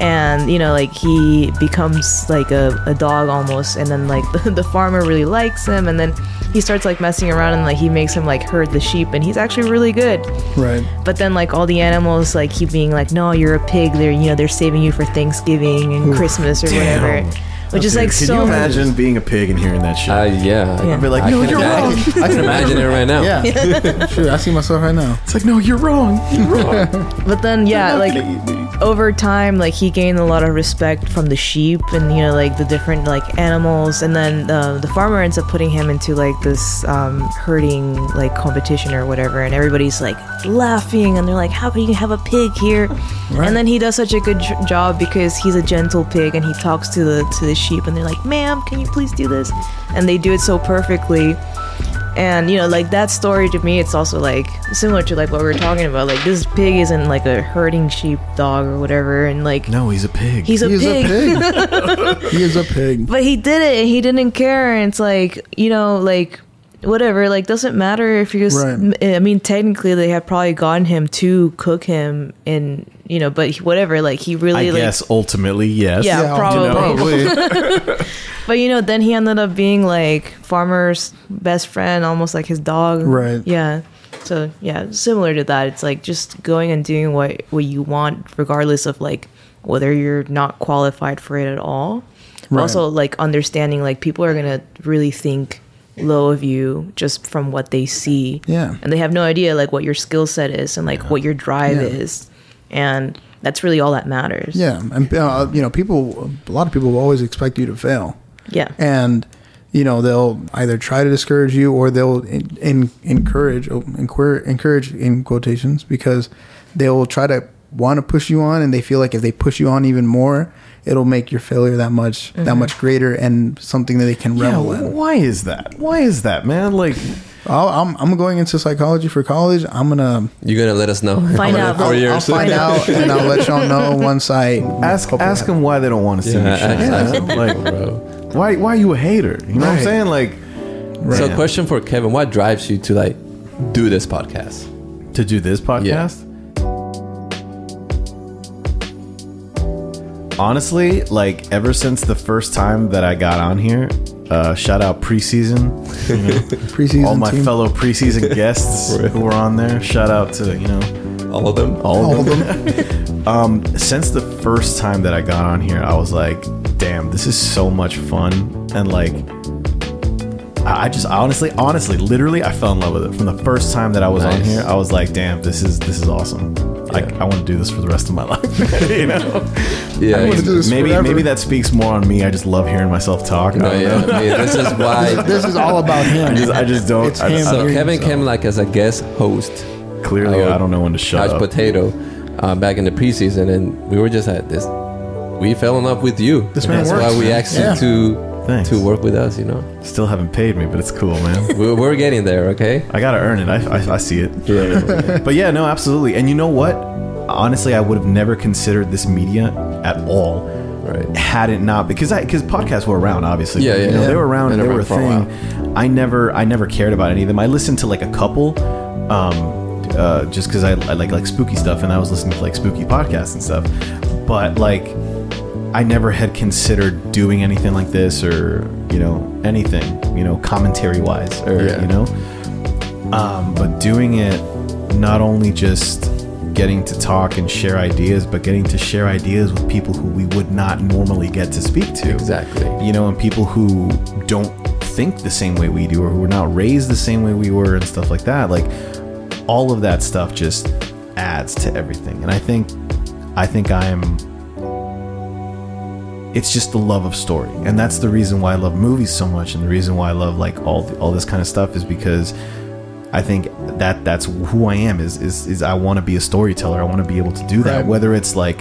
[SPEAKER 4] and you know like he becomes like a, a dog almost and then like the, the farmer really likes him and then he starts like messing around and like he makes him like herd the sheep and he's actually really good
[SPEAKER 3] Right.
[SPEAKER 4] but then like all the animals like keep being like, No, you're a pig, they're you know, they're saving you for Thanksgiving and Christmas or whatever. which is like
[SPEAKER 2] Dude, can
[SPEAKER 4] so
[SPEAKER 2] you imagine being a pig and hearing that shit?
[SPEAKER 1] Uh, yeah.
[SPEAKER 4] Yeah.
[SPEAKER 2] I'd be like,
[SPEAKER 1] I
[SPEAKER 2] no,
[SPEAKER 1] can-
[SPEAKER 2] you're
[SPEAKER 1] I
[SPEAKER 2] wrong.
[SPEAKER 1] can- I can imagine it right now.
[SPEAKER 3] Yeah. sure. I see myself right now.
[SPEAKER 2] It's like, no, you're wrong. You're wrong.
[SPEAKER 4] but then yeah
[SPEAKER 2] You're not
[SPEAKER 4] like
[SPEAKER 2] gonna eat me.
[SPEAKER 4] over time like he gained a lot of respect from the sheep and you know like the different like animals and then uh, the farmer ends up putting him into like this um, herding like competition or whatever and everybody's like laughing and they're like how can you have a pig here and then he does such a good j- job because he's a gentle pig and he talks to the to the sheep and they're like ma'am can you please do this and they do it so perfectly and you know like that story to me it's also like similar to like what we were talking about like this pig isn't like a herding sheep dog or whatever and like
[SPEAKER 2] No, he's a pig.
[SPEAKER 4] he's a
[SPEAKER 3] He is
[SPEAKER 4] pig
[SPEAKER 3] a pig. he is a pig.
[SPEAKER 4] but he did it and he didn't care and it's like you know like whatever like doesn't matter if you just
[SPEAKER 3] Right.
[SPEAKER 4] i mean technically they had probably gotten him to cook him and you know but he- whatever like he
[SPEAKER 2] I
[SPEAKER 4] really like
[SPEAKER 2] guess ultimately, yes.
[SPEAKER 4] Yeah,
[SPEAKER 3] Yeah,
[SPEAKER 4] probably.
[SPEAKER 3] probably.
[SPEAKER 4] but you know then he ended up being like farmer's best friend almost like his dog
[SPEAKER 3] Right.
[SPEAKER 4] yeah so yeah similar to that it's like just going and doing what what you want regardless of like whether you're not qualified for it at all But
[SPEAKER 3] Right.
[SPEAKER 4] also like understanding like people are gonna really think low of you just from what they see
[SPEAKER 3] Yeah.
[SPEAKER 4] and they have no idea like what your skill set is and like what your drive
[SPEAKER 3] Yeah.
[SPEAKER 4] is and that's really all that matters
[SPEAKER 3] Yeah, and uh, you know, people, a lot of people will always expect you to fail,
[SPEAKER 4] yeah
[SPEAKER 3] and you know they'll either try to discourage you or they'll in, in, encourage, oh, enquir- encourage in quotations because they'll try to want to push you on, and they feel like if they push you on even more, it'll make your failure that much
[SPEAKER 4] Mm-hmm.
[SPEAKER 3] that much greater and something that they can
[SPEAKER 2] Yeah,
[SPEAKER 3] revel
[SPEAKER 2] wh-
[SPEAKER 3] in.
[SPEAKER 2] why is that? Why is that, man? Like,
[SPEAKER 3] I'll, I'm I'm going into psychology for college. I'm gonna
[SPEAKER 1] You're gonna let us know.
[SPEAKER 4] Find
[SPEAKER 1] How many
[SPEAKER 4] out.
[SPEAKER 1] four
[SPEAKER 4] I'll-
[SPEAKER 1] years?
[SPEAKER 3] I'll find out, and I'll let y'all know once I
[SPEAKER 2] ask
[SPEAKER 3] hopefully
[SPEAKER 2] ask them why they don't want to see
[SPEAKER 1] Yeah,
[SPEAKER 2] me shine.
[SPEAKER 1] ask-
[SPEAKER 2] you know? Like,
[SPEAKER 1] Bro.
[SPEAKER 2] why why are you a hater? You know what I'm
[SPEAKER 3] Right.
[SPEAKER 2] saying? Like,
[SPEAKER 1] So,
[SPEAKER 2] Yeah.
[SPEAKER 1] question for Kevin: What drives you to like do this podcast?
[SPEAKER 2] to do this podcast. Honestly, like ever since the first time that I got on here, uh, shout out preseason,
[SPEAKER 3] preseason
[SPEAKER 2] all my
[SPEAKER 3] team.
[SPEAKER 2] fellow preseason guests who were on there. Shout out to you know
[SPEAKER 1] All of them.
[SPEAKER 2] all of
[SPEAKER 3] all
[SPEAKER 2] them. Um,
[SPEAKER 3] of them.
[SPEAKER 2] since the first time that I got on here, I was like, damn, this is so much fun. And like, I I just honestly, honestly, literally, I fell in love with it from the first time that I was on
[SPEAKER 1] Nice.
[SPEAKER 2] here. I was like, damn, this is this is awesome. Like, I want to do this for the rest of my life. you know,
[SPEAKER 1] Yeah.
[SPEAKER 3] I wanna do this
[SPEAKER 2] maybe
[SPEAKER 3] forever.
[SPEAKER 2] maybe that speaks more on me. I just love hearing myself talk. I
[SPEAKER 1] No,
[SPEAKER 2] don't
[SPEAKER 1] yeah.
[SPEAKER 2] know.
[SPEAKER 1] I mean, this is why.
[SPEAKER 3] This is all about
[SPEAKER 2] I
[SPEAKER 3] him.
[SPEAKER 2] just I just don't.
[SPEAKER 3] It's
[SPEAKER 2] I-
[SPEAKER 3] him.
[SPEAKER 1] so
[SPEAKER 3] I'm
[SPEAKER 1] Kevin
[SPEAKER 3] hearing
[SPEAKER 1] came like as a guest host,
[SPEAKER 2] clearly,
[SPEAKER 1] Our
[SPEAKER 2] I don't know when to shut
[SPEAKER 1] couch
[SPEAKER 2] up.
[SPEAKER 1] potato, uh, back in the preseason, and we were just at this. We fell in love with you.
[SPEAKER 3] This
[SPEAKER 1] And
[SPEAKER 3] man
[SPEAKER 1] That's
[SPEAKER 3] works,
[SPEAKER 1] why we
[SPEAKER 3] man.
[SPEAKER 1] asked
[SPEAKER 3] Yeah.
[SPEAKER 1] you to
[SPEAKER 2] Thanks.
[SPEAKER 1] to work with us. You know,
[SPEAKER 2] Still haven't paid me, but it's cool, man.
[SPEAKER 1] we're, we're getting there. Okay.
[SPEAKER 2] I gotta earn it. I, I, I see it.
[SPEAKER 1] Yeah.
[SPEAKER 2] but yeah, no, absolutely. And you know what? Honestly, I would have never considered this media at all
[SPEAKER 1] right.
[SPEAKER 2] had it not because I because podcasts were around obviously
[SPEAKER 1] Yeah, yeah,
[SPEAKER 2] You know,
[SPEAKER 1] yeah.
[SPEAKER 2] they were around
[SPEAKER 1] Been
[SPEAKER 2] and they
[SPEAKER 1] around
[SPEAKER 2] were
[SPEAKER 1] for
[SPEAKER 2] a
[SPEAKER 1] a
[SPEAKER 2] thing I never I never cared about any of them I listened to like a couple um uh just because I, I like like spooky stuff and I was listening to like spooky podcasts and stuff but like I never had considered doing anything like this or you know anything you know commentary wise or
[SPEAKER 1] Yeah.
[SPEAKER 2] you know um but doing it not only just getting to talk and share ideas but getting to share ideas with people who we would not normally get to speak to
[SPEAKER 1] Exactly.
[SPEAKER 2] you know, and people who don't think the same way we do or who were not raised the same way we were and stuff like that. Like all of that stuff just adds to everything. And I think I think I'm it's just the love of story. And that's the reason why I love movies so much and the reason why I love like all all this kind of stuff is because I think that that's who I am is is, is I want to be a storyteller. I want to be able to do that
[SPEAKER 3] Right.
[SPEAKER 2] whether it's like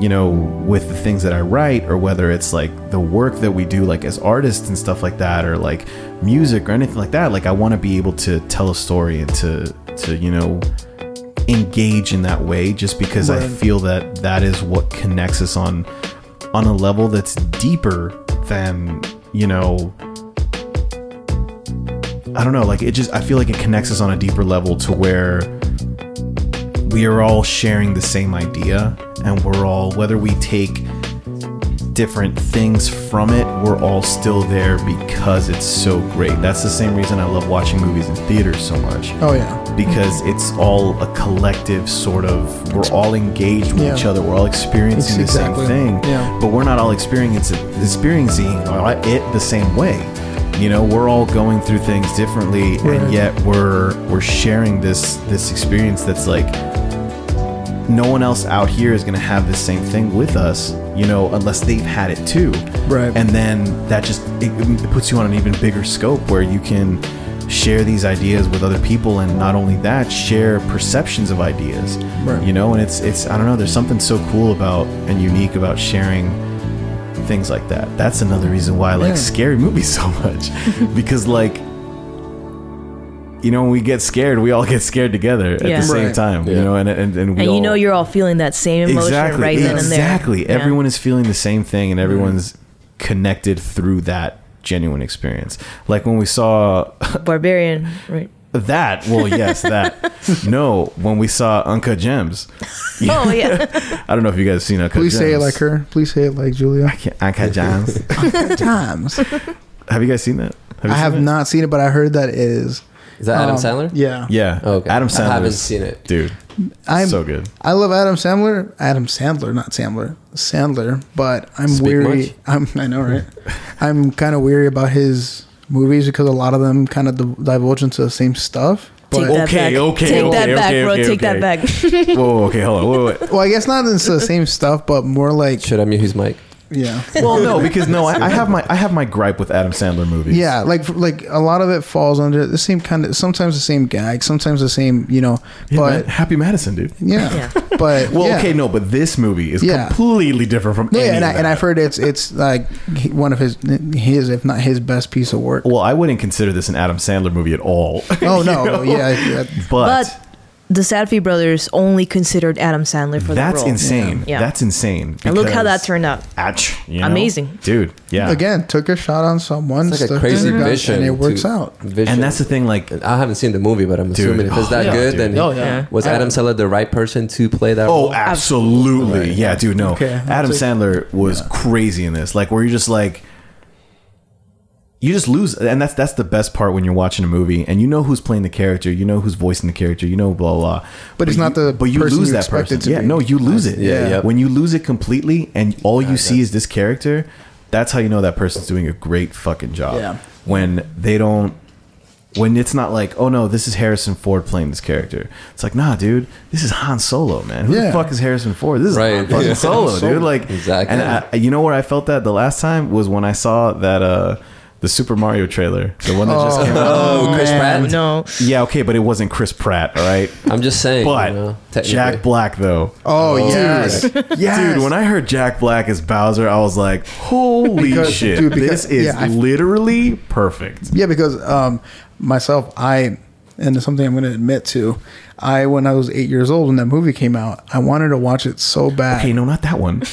[SPEAKER 2] you know with the things that I write or whether it's like the work that we do like as artists and stuff like that or like music or anything like that. Like I want to be able to tell a story and to to you know engage in that way just because I
[SPEAKER 3] Right.
[SPEAKER 2] feel that that is what connects us on on a level that's deeper than, you know, I don't know, like it just I feel like it connects us on a deeper level to where we are all sharing the same idea and we're all whether we take different things from it, we're all still there because it's so great. That's the same reason I love watching movies in theaters so much
[SPEAKER 3] Oh yeah.
[SPEAKER 2] because it's all a collective sort of we're all engaged with
[SPEAKER 3] Yeah.
[SPEAKER 2] each other we're all experiencing
[SPEAKER 3] It's
[SPEAKER 2] the
[SPEAKER 3] exactly-
[SPEAKER 2] same thing
[SPEAKER 3] yeah.
[SPEAKER 2] but we're not all experiencing experiencing it the same way you know we're all going through things differently
[SPEAKER 3] Right.
[SPEAKER 2] and yet we're we're sharing this this experience that's like no one else out here is going to have the same thing with us you know unless they've had it too
[SPEAKER 3] Right.
[SPEAKER 2] and then that just it, it puts you on an even bigger scope where you can share these ideas with other people and not only that share perceptions of ideas
[SPEAKER 3] Right.
[SPEAKER 2] you know and it's it's i don't know there's something so cool about and unique about sharing things like that that's another reason why i like
[SPEAKER 3] Yeah.
[SPEAKER 2] scary movies so much because like you know when we get scared we all get scared together at
[SPEAKER 4] Yeah.
[SPEAKER 2] the same
[SPEAKER 3] Right.
[SPEAKER 2] time you
[SPEAKER 1] Yeah.
[SPEAKER 2] know and and, and, we
[SPEAKER 4] and
[SPEAKER 2] all,
[SPEAKER 4] you know you're all feeling that same emotion
[SPEAKER 2] exactly
[SPEAKER 4] right then and there.
[SPEAKER 2] exactly
[SPEAKER 4] Yeah. Mm-hmm.
[SPEAKER 2] everyone is feeling the same thing and everyone's connected through that genuine experience like when we saw
[SPEAKER 4] barbarian, right?
[SPEAKER 2] that well yes that no when we saw uncut gems
[SPEAKER 4] Oh yeah,
[SPEAKER 2] i don't know if you guys have seen uncut
[SPEAKER 3] Please
[SPEAKER 2] gems
[SPEAKER 3] say it like her. Please say it like Julia.
[SPEAKER 2] Yeah, uncut gems
[SPEAKER 3] Times.
[SPEAKER 2] have you guys seen that have you
[SPEAKER 3] I
[SPEAKER 2] seen
[SPEAKER 3] have
[SPEAKER 2] it?
[SPEAKER 3] not seen it, but I heard that it is.
[SPEAKER 1] Is that Adam
[SPEAKER 3] um,
[SPEAKER 1] Sandler?
[SPEAKER 3] Yeah.
[SPEAKER 2] yeah
[SPEAKER 1] Okay.
[SPEAKER 2] adam
[SPEAKER 1] I
[SPEAKER 2] sandler
[SPEAKER 1] haven't seen it.
[SPEAKER 2] dude
[SPEAKER 3] I'm
[SPEAKER 2] so good
[SPEAKER 3] I love Adam Sandler. Adam Sandler, not Sandler. Sandler, but I'm
[SPEAKER 1] Speak
[SPEAKER 3] weary.
[SPEAKER 1] much?
[SPEAKER 3] I'm I know, right? I'm kind of weary about his movies because a lot of them kind of divulge into the same stuff.
[SPEAKER 4] take
[SPEAKER 3] But,
[SPEAKER 4] that
[SPEAKER 2] Okay,
[SPEAKER 4] back.
[SPEAKER 2] okay,
[SPEAKER 4] take that
[SPEAKER 2] okay,
[SPEAKER 4] back,
[SPEAKER 2] okay,
[SPEAKER 4] bro.
[SPEAKER 2] okay,
[SPEAKER 4] take
[SPEAKER 2] okay.
[SPEAKER 4] that back.
[SPEAKER 2] whoa okay hold on wait, wait.
[SPEAKER 3] well, I guess not into the same stuff, but more like
[SPEAKER 1] Should I mute his mic?
[SPEAKER 3] yeah,
[SPEAKER 2] well no because no I, I have my i have my gripe with adam sandler movies
[SPEAKER 3] yeah. Like like a lot of it falls under the same kind of sometimes the same gag, sometimes the same you know.
[SPEAKER 2] Yeah,
[SPEAKER 3] But
[SPEAKER 2] man. happy madison dude
[SPEAKER 3] yeah, but
[SPEAKER 2] Well,
[SPEAKER 3] yeah.
[SPEAKER 2] okay, no, but this movie is
[SPEAKER 3] Yeah.
[SPEAKER 2] completely different from
[SPEAKER 3] No,
[SPEAKER 2] any
[SPEAKER 3] yeah, and,
[SPEAKER 2] of
[SPEAKER 3] I, and
[SPEAKER 2] that.
[SPEAKER 3] I've heard it's it's like he- one of his his if not his best piece of work.
[SPEAKER 2] Well, I wouldn't consider this an Adam Sandler movie at all.
[SPEAKER 3] Oh
[SPEAKER 2] You
[SPEAKER 3] no,
[SPEAKER 2] know?
[SPEAKER 3] yeah, yeah.
[SPEAKER 2] but,
[SPEAKER 4] But the Sadfi brothers only considered Adam Sandler for the
[SPEAKER 2] that's
[SPEAKER 4] role.
[SPEAKER 2] insane.
[SPEAKER 4] Yeah.
[SPEAKER 2] That's insane.
[SPEAKER 4] And look how
[SPEAKER 2] because-
[SPEAKER 4] that turned out.
[SPEAKER 2] Ouch, you know?
[SPEAKER 4] Amazing.
[SPEAKER 2] dude. Yeah,
[SPEAKER 3] again took a shot on someone
[SPEAKER 1] It's like a
[SPEAKER 3] stuck
[SPEAKER 1] crazy
[SPEAKER 3] to the gun,
[SPEAKER 1] vision.
[SPEAKER 3] and it works
[SPEAKER 1] to-
[SPEAKER 3] out
[SPEAKER 1] Vision.
[SPEAKER 2] and that's the thing. Like,
[SPEAKER 1] I haven't seen the movie, but I'm assuming if
[SPEAKER 2] Oh,
[SPEAKER 1] it's that
[SPEAKER 2] yeah,
[SPEAKER 1] good,
[SPEAKER 2] dude.
[SPEAKER 1] then
[SPEAKER 3] Oh, yeah.
[SPEAKER 4] Yeah.
[SPEAKER 1] was Adam Sandler the right person to play that
[SPEAKER 2] oh,
[SPEAKER 1] role?
[SPEAKER 2] absolutely. Yeah, dude. No,
[SPEAKER 3] Okay, I'll
[SPEAKER 2] Adam
[SPEAKER 3] take-
[SPEAKER 2] Sandler was crazy in this. Like, where you're just like. You just lose, and that's that's the best part when you're watching a movie, and you know who's playing the character, you know who's voicing the character, you know blah blah.
[SPEAKER 3] But it's not
[SPEAKER 2] you-
[SPEAKER 3] the
[SPEAKER 2] but you
[SPEAKER 3] person
[SPEAKER 2] lose
[SPEAKER 3] you
[SPEAKER 2] that
[SPEAKER 3] expect
[SPEAKER 2] person.
[SPEAKER 3] it to
[SPEAKER 2] yeah,
[SPEAKER 3] be.
[SPEAKER 2] no, you lose it.
[SPEAKER 1] Yeah, yeah.
[SPEAKER 2] When you lose it completely, and all you see is this character, that's how you know that person's doing a great fucking job.
[SPEAKER 3] Yeah.
[SPEAKER 2] When they don't when it's not like, oh no, this is Harrison Ford playing this character. It's like, nah, dude, this is Han Solo, man. Who the
[SPEAKER 3] Yeah.
[SPEAKER 2] fuck is Harrison Ford? This is
[SPEAKER 1] Right,
[SPEAKER 2] Han fucking
[SPEAKER 1] yeah.
[SPEAKER 2] Solo,
[SPEAKER 1] Han Solo.
[SPEAKER 2] dude. Like,
[SPEAKER 1] Exactly.
[SPEAKER 2] And I, you know where I felt that the last time was when I saw that uh the Super Mario trailer, the one that just came out.
[SPEAKER 1] Oh, Chris
[SPEAKER 4] Oh,
[SPEAKER 1] Pratt.
[SPEAKER 4] no,
[SPEAKER 2] Yeah, okay, but it wasn't Chris Pratt, all right.
[SPEAKER 1] I'm just saying.
[SPEAKER 2] But
[SPEAKER 1] you know, technically.
[SPEAKER 2] Jack Black though.
[SPEAKER 3] oh, yes yes
[SPEAKER 2] Dude, when I heard Jack Black as Bowser, I was like, "Holy
[SPEAKER 3] Because-
[SPEAKER 2] shit!
[SPEAKER 3] dude, because-
[SPEAKER 2] this is
[SPEAKER 3] yeah, I-
[SPEAKER 2] literally perfect."
[SPEAKER 3] yeah because um myself i and it's something i'm going to admit to i when i was eight years old when that movie came out i wanted to watch it so bad
[SPEAKER 2] Okay, no, not that one.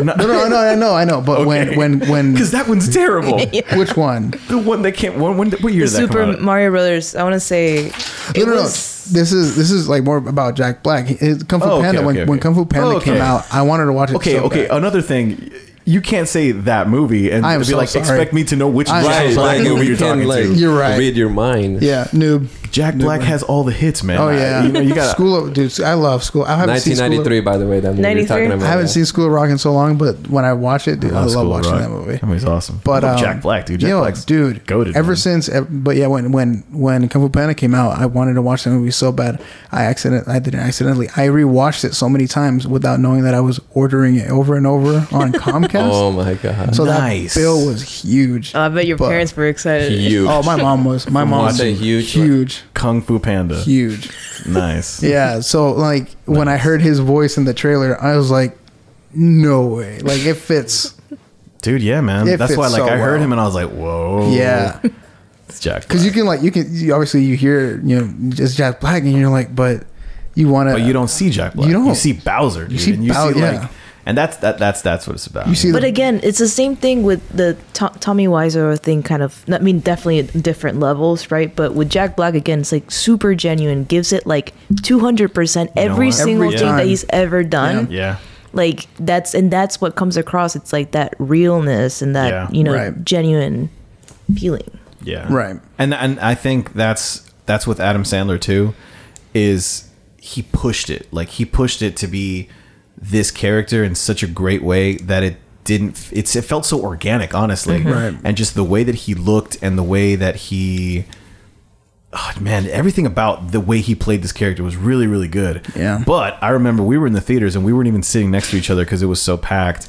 [SPEAKER 3] no no no i know i know but when when when
[SPEAKER 2] because that one's terrible.
[SPEAKER 3] which one
[SPEAKER 2] The one that can't. One, when, what year
[SPEAKER 4] the
[SPEAKER 2] did that
[SPEAKER 4] Super
[SPEAKER 2] come out?
[SPEAKER 4] Mario Brothers. I want to say
[SPEAKER 3] no,
[SPEAKER 4] it
[SPEAKER 3] no, no.
[SPEAKER 4] was
[SPEAKER 3] This is this is like more about Jack Black. He- his Kung Fu
[SPEAKER 2] Oh, okay,
[SPEAKER 3] Panda. when,
[SPEAKER 2] okay, okay.
[SPEAKER 3] when Kung Fu Panda
[SPEAKER 2] Oh, okay.
[SPEAKER 3] came out, I wanted to watch it.
[SPEAKER 2] okay,
[SPEAKER 3] so
[SPEAKER 2] okay. uh,
[SPEAKER 3] bad.
[SPEAKER 2] Another thing, you can't say that movie and
[SPEAKER 3] I am
[SPEAKER 2] be
[SPEAKER 3] so
[SPEAKER 2] like
[SPEAKER 3] sorry.
[SPEAKER 2] expect me to know which
[SPEAKER 3] I am
[SPEAKER 2] Jack
[SPEAKER 1] Right,
[SPEAKER 3] so
[SPEAKER 2] Black
[SPEAKER 1] like,
[SPEAKER 3] sorry.
[SPEAKER 2] movie
[SPEAKER 1] we
[SPEAKER 2] you're
[SPEAKER 1] can
[SPEAKER 2] talking
[SPEAKER 1] like
[SPEAKER 2] to.
[SPEAKER 3] You're right.
[SPEAKER 1] read your mind.
[SPEAKER 3] Yeah, noob.
[SPEAKER 2] Jack Black has all the hits, man.
[SPEAKER 3] Oh
[SPEAKER 2] I-
[SPEAKER 3] yeah,
[SPEAKER 2] you know you got.
[SPEAKER 3] School of dude. I love School. I haven't seen School of-
[SPEAKER 1] 1993, by the way, that movie you're
[SPEAKER 4] 93?
[SPEAKER 1] talking about.
[SPEAKER 3] I haven't
[SPEAKER 1] yeah.
[SPEAKER 3] seen School of Rock in so long, but when I watch it, dude, I love
[SPEAKER 2] School of
[SPEAKER 3] watching
[SPEAKER 2] Rock.
[SPEAKER 3] that movie.
[SPEAKER 2] That movie's awesome.
[SPEAKER 3] But
[SPEAKER 2] I love
[SPEAKER 3] um,
[SPEAKER 2] Jack Black, dude. Jack
[SPEAKER 3] you know,
[SPEAKER 2] Black's
[SPEAKER 3] dude,
[SPEAKER 2] goated,
[SPEAKER 3] ever
[SPEAKER 2] man.
[SPEAKER 3] since, ev- but yeah, when when when Kung Fu Panda came out, I wanted to watch that movie so bad. I accident, I didn't accidentally. I rewatched it so many times without knowing that I was ordering it over and over on Comcast.
[SPEAKER 1] Oh my god.
[SPEAKER 3] so
[SPEAKER 2] Nice.
[SPEAKER 3] that bill was huge.
[SPEAKER 4] Oh, I bet your parents were excited.
[SPEAKER 1] huge.
[SPEAKER 3] Oh, my mom was. My mom was
[SPEAKER 1] watching huge, like-
[SPEAKER 3] huge,
[SPEAKER 2] Kung Fu Panda.
[SPEAKER 3] huge.
[SPEAKER 2] Nice.
[SPEAKER 3] Yeah. So like when I heard his voice in the trailer, I was like, no way. Like it fits.
[SPEAKER 2] Dude, yeah, man.
[SPEAKER 3] It
[SPEAKER 2] That's
[SPEAKER 3] fits
[SPEAKER 2] why, like,
[SPEAKER 3] so
[SPEAKER 2] I heard
[SPEAKER 3] well.
[SPEAKER 2] him and I was like,
[SPEAKER 1] Oh.
[SPEAKER 2] "Whoa,
[SPEAKER 3] Yeah.
[SPEAKER 2] it's Jack."
[SPEAKER 3] Because
[SPEAKER 2] Black.
[SPEAKER 3] you can like you can you, obviously you hear you know just Jack Black and you're like, but you want to.
[SPEAKER 2] but you don't see Jack Black.
[SPEAKER 3] You don't.
[SPEAKER 2] You see Bowser. Dude,
[SPEAKER 3] see
[SPEAKER 2] and you
[SPEAKER 3] Bow-
[SPEAKER 2] see like,
[SPEAKER 3] yeah.
[SPEAKER 2] and that's that. That's that's what it's about.
[SPEAKER 3] You see
[SPEAKER 4] But
[SPEAKER 3] the-
[SPEAKER 4] again, it's the same thing with the To- Tommy Wiseau thing. Kind of, I mean, definitely at different levels, right? But with Jack Black, again, it's like super genuine. Gives it like two hundred percent
[SPEAKER 2] know
[SPEAKER 4] every
[SPEAKER 2] what?
[SPEAKER 4] single
[SPEAKER 3] Every
[SPEAKER 4] thing
[SPEAKER 3] time.
[SPEAKER 4] that he's ever done.
[SPEAKER 2] yeah.
[SPEAKER 4] like that's and that's what comes across it's like that realness and that
[SPEAKER 2] Yeah.
[SPEAKER 4] you know
[SPEAKER 3] Right.
[SPEAKER 4] genuine feeling
[SPEAKER 2] Yeah.
[SPEAKER 3] Right.
[SPEAKER 2] And and I think that's that's with Adam Sandler too, is he pushed it. Like he pushed it to be this character in such a great way that it didn't it's it felt so organic, honestly.
[SPEAKER 3] Mm-hmm. Right.
[SPEAKER 2] And just the way that he looked and the way that he oh, man, everything about the way he played this character was really, really good.
[SPEAKER 3] Yeah.
[SPEAKER 2] But I remember we were in the theaters and we weren't even sitting next to each other because it was so packed.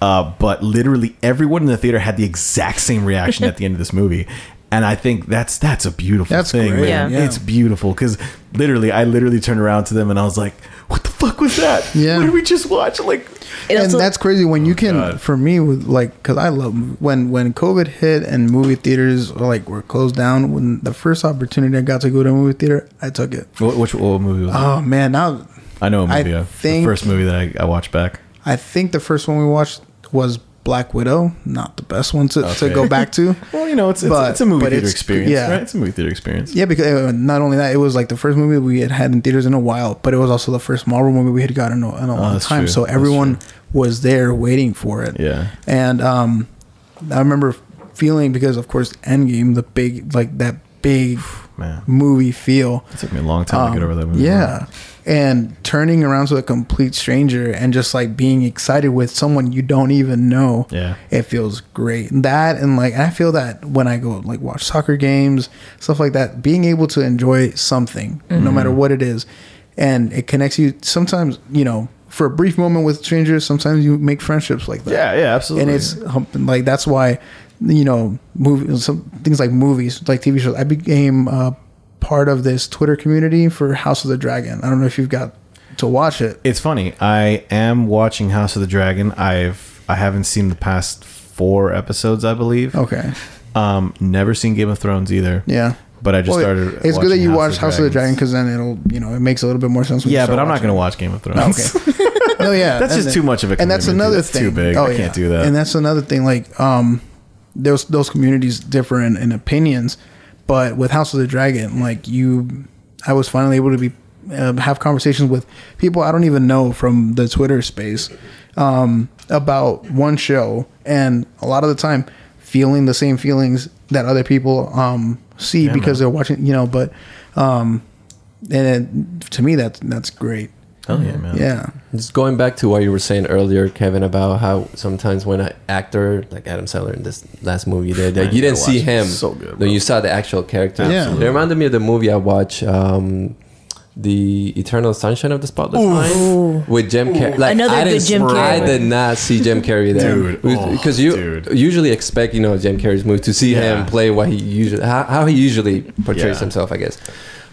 [SPEAKER 2] Uh, but literally everyone in the theater had the exact same reaction at the end of this movie, and I think that's that's a beautiful
[SPEAKER 3] That's
[SPEAKER 2] thing.
[SPEAKER 3] great,
[SPEAKER 2] man.
[SPEAKER 4] Yeah.
[SPEAKER 3] yeah.
[SPEAKER 2] It's beautiful because literally, I literally turned around to them and I was like, "What the fuck was that?
[SPEAKER 3] Yeah.
[SPEAKER 2] What did we just watch?" Like,
[SPEAKER 4] It
[SPEAKER 3] and
[SPEAKER 4] also-
[SPEAKER 3] that's crazy when you can
[SPEAKER 2] Oh, God.
[SPEAKER 3] for me with like because i love when when covid hit and movie theaters like were closed down when the first opportunity i got to go to a movie theater i took it
[SPEAKER 2] what, which what movie was?
[SPEAKER 3] oh man now
[SPEAKER 2] it? I know a
[SPEAKER 3] I
[SPEAKER 2] movie. uh,
[SPEAKER 3] think-
[SPEAKER 2] the first movie that I, I watched back.
[SPEAKER 3] i think the first one we watched was black widow not the best one to, to
[SPEAKER 2] Okay.
[SPEAKER 3] go back to
[SPEAKER 2] Well, you know, it's it's,
[SPEAKER 3] But-
[SPEAKER 2] it's a movie
[SPEAKER 3] but
[SPEAKER 2] theater
[SPEAKER 3] it's-
[SPEAKER 2] experience,
[SPEAKER 3] yeah.
[SPEAKER 2] right? It's a movie theater experience.
[SPEAKER 3] yeah because uh, not only that it was like the first movie we had had in theaters in a while but it was also the first marvel movie we had gotten in a, in a long
[SPEAKER 2] Oh, that's
[SPEAKER 3] time
[SPEAKER 2] true.
[SPEAKER 3] so
[SPEAKER 2] That's
[SPEAKER 3] everyone
[SPEAKER 2] true.
[SPEAKER 3] was there waiting for it
[SPEAKER 2] Yeah.
[SPEAKER 3] And um, I remember feeling because, of course, Endgame, the big like that big
[SPEAKER 2] Man.
[SPEAKER 3] movie feel.
[SPEAKER 2] It took me a long time to get over that movie.
[SPEAKER 3] Um, Yeah, and turning around to a complete stranger and just like being excited with someone you don't even know.
[SPEAKER 2] Yeah.
[SPEAKER 3] it feels great. That and like I feel that when I go like watch soccer games, stuff like that, being able to enjoy something,
[SPEAKER 2] Mm-hmm.
[SPEAKER 3] no matter what it is, and it connects you. Sometimes you know. For a brief moment with strangers, sometimes you make friendships like that
[SPEAKER 2] Yeah, yeah, absolutely.
[SPEAKER 3] and it's hum- like that's why you know movies some things like movies like tv shows i became uh, part of this twitter community for house of the dragon i don't know if you've got to watch it
[SPEAKER 2] it's funny. I am watching House of the Dragon. I've I haven't seen the past four episodes, I believe.
[SPEAKER 3] okay
[SPEAKER 2] Um, never seen Game of Thrones either.
[SPEAKER 3] yeah
[SPEAKER 2] But I just
[SPEAKER 3] Well,
[SPEAKER 2] started.
[SPEAKER 3] it's good that
[SPEAKER 2] watching
[SPEAKER 3] you watch house of the dragon
[SPEAKER 2] Dragons.
[SPEAKER 3] because then it'll you know it makes a little bit more sense when you
[SPEAKER 2] Yeah,
[SPEAKER 3] start
[SPEAKER 2] but I'm not
[SPEAKER 3] watching Oh,
[SPEAKER 2] going to watch Game of Thrones.
[SPEAKER 3] it. no yeah
[SPEAKER 2] That's
[SPEAKER 3] and
[SPEAKER 2] just too
[SPEAKER 3] then-
[SPEAKER 2] much of a.
[SPEAKER 3] and
[SPEAKER 2] commitment,
[SPEAKER 3] that's
[SPEAKER 2] dude.
[SPEAKER 3] another
[SPEAKER 2] That's
[SPEAKER 3] thing Oh,
[SPEAKER 2] Too big. I can't do that.
[SPEAKER 3] and that's another thing like um those those communities differ in, in opinions but with house of the dragon like you i was finally able to be uh, have conversations with people i don't even know from the twitter space um about one show and a lot of the time feeling the same feelings that other people um see
[SPEAKER 2] Yeah,
[SPEAKER 3] because
[SPEAKER 2] man.
[SPEAKER 3] they're watching you know but um and it, to me that's that's great
[SPEAKER 2] Hell yeah, man.
[SPEAKER 3] yeah
[SPEAKER 1] Just going back to what you were saying earlier, Kevin, about how sometimes when an actor like Adam Sandler in this last movie you did, like, you
[SPEAKER 2] I
[SPEAKER 1] didn't see
[SPEAKER 2] watched it.
[SPEAKER 1] him,
[SPEAKER 2] So good,
[SPEAKER 1] then
[SPEAKER 2] bro.
[SPEAKER 1] you saw the actual character.
[SPEAKER 3] Yeah. Absolutely.
[SPEAKER 1] it reminded me of the movie I watched, um, the Eternal Sunshine of the Spotless
[SPEAKER 4] Ooh.
[SPEAKER 1] Mind, with Jim Carrey. Like,
[SPEAKER 4] Another
[SPEAKER 1] I
[SPEAKER 4] good
[SPEAKER 1] didn't,
[SPEAKER 4] Jim
[SPEAKER 1] I
[SPEAKER 4] Carrey.
[SPEAKER 1] did not see Jim Carrey there,
[SPEAKER 2] Dude, oh,
[SPEAKER 1] because you
[SPEAKER 2] dude.
[SPEAKER 1] usually expect you know Jim Carrey's movie to see
[SPEAKER 2] Yeah.
[SPEAKER 1] him play what he usually how, how he usually portrays
[SPEAKER 2] Yeah.
[SPEAKER 1] himself, I guess,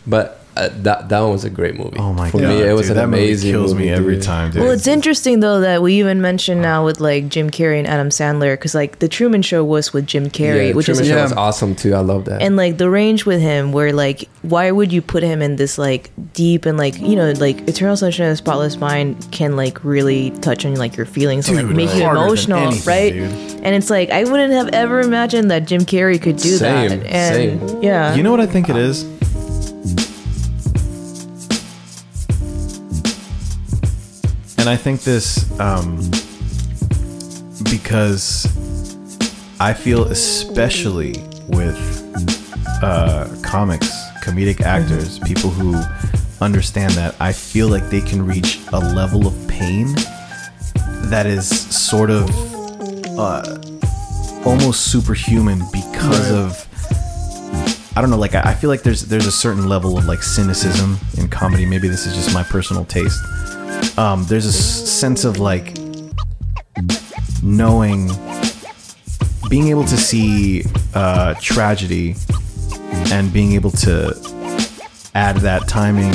[SPEAKER 1] but. Uh, that, that one was a great movie.
[SPEAKER 2] Oh my
[SPEAKER 1] For
[SPEAKER 2] god.
[SPEAKER 1] me, it was an
[SPEAKER 2] dude, that movie
[SPEAKER 1] amazing
[SPEAKER 2] kills me
[SPEAKER 1] movie,
[SPEAKER 2] every
[SPEAKER 1] dude.
[SPEAKER 2] time, dude.
[SPEAKER 4] well it's interesting though that we even mentioned now with like jim carrey and adam sandler because like the truman show was with jim carrey
[SPEAKER 1] Yeah,
[SPEAKER 4] which
[SPEAKER 1] Truman
[SPEAKER 4] is
[SPEAKER 1] Show
[SPEAKER 3] Yeah.
[SPEAKER 1] was awesome too. I love that.
[SPEAKER 4] and like the range with him where like why would you put him in this like deep and like you know like eternal sunshine of the spotless mind can like really touch on like your feelings and like
[SPEAKER 2] Dude,
[SPEAKER 4] make you
[SPEAKER 2] harder than
[SPEAKER 4] emotional
[SPEAKER 2] anything,
[SPEAKER 4] right
[SPEAKER 2] dude.
[SPEAKER 4] and it's like i wouldn't have ever imagined that jim carrey could do
[SPEAKER 1] Same,
[SPEAKER 4] that and
[SPEAKER 1] same.
[SPEAKER 4] yeah
[SPEAKER 2] you know what I think it is? And I think this um, because I feel especially with uh, comics, comedic actors, people who understand that, I feel like they can reach a level of pain that is sort of uh, almost superhuman because of I don't know. Like I, I feel like there's there's a certain level of like cynicism in comedy. Maybe this is just my personal taste. Um, there's a s- sense of like knowing, being able to see uh, tragedy, and being able to add that timing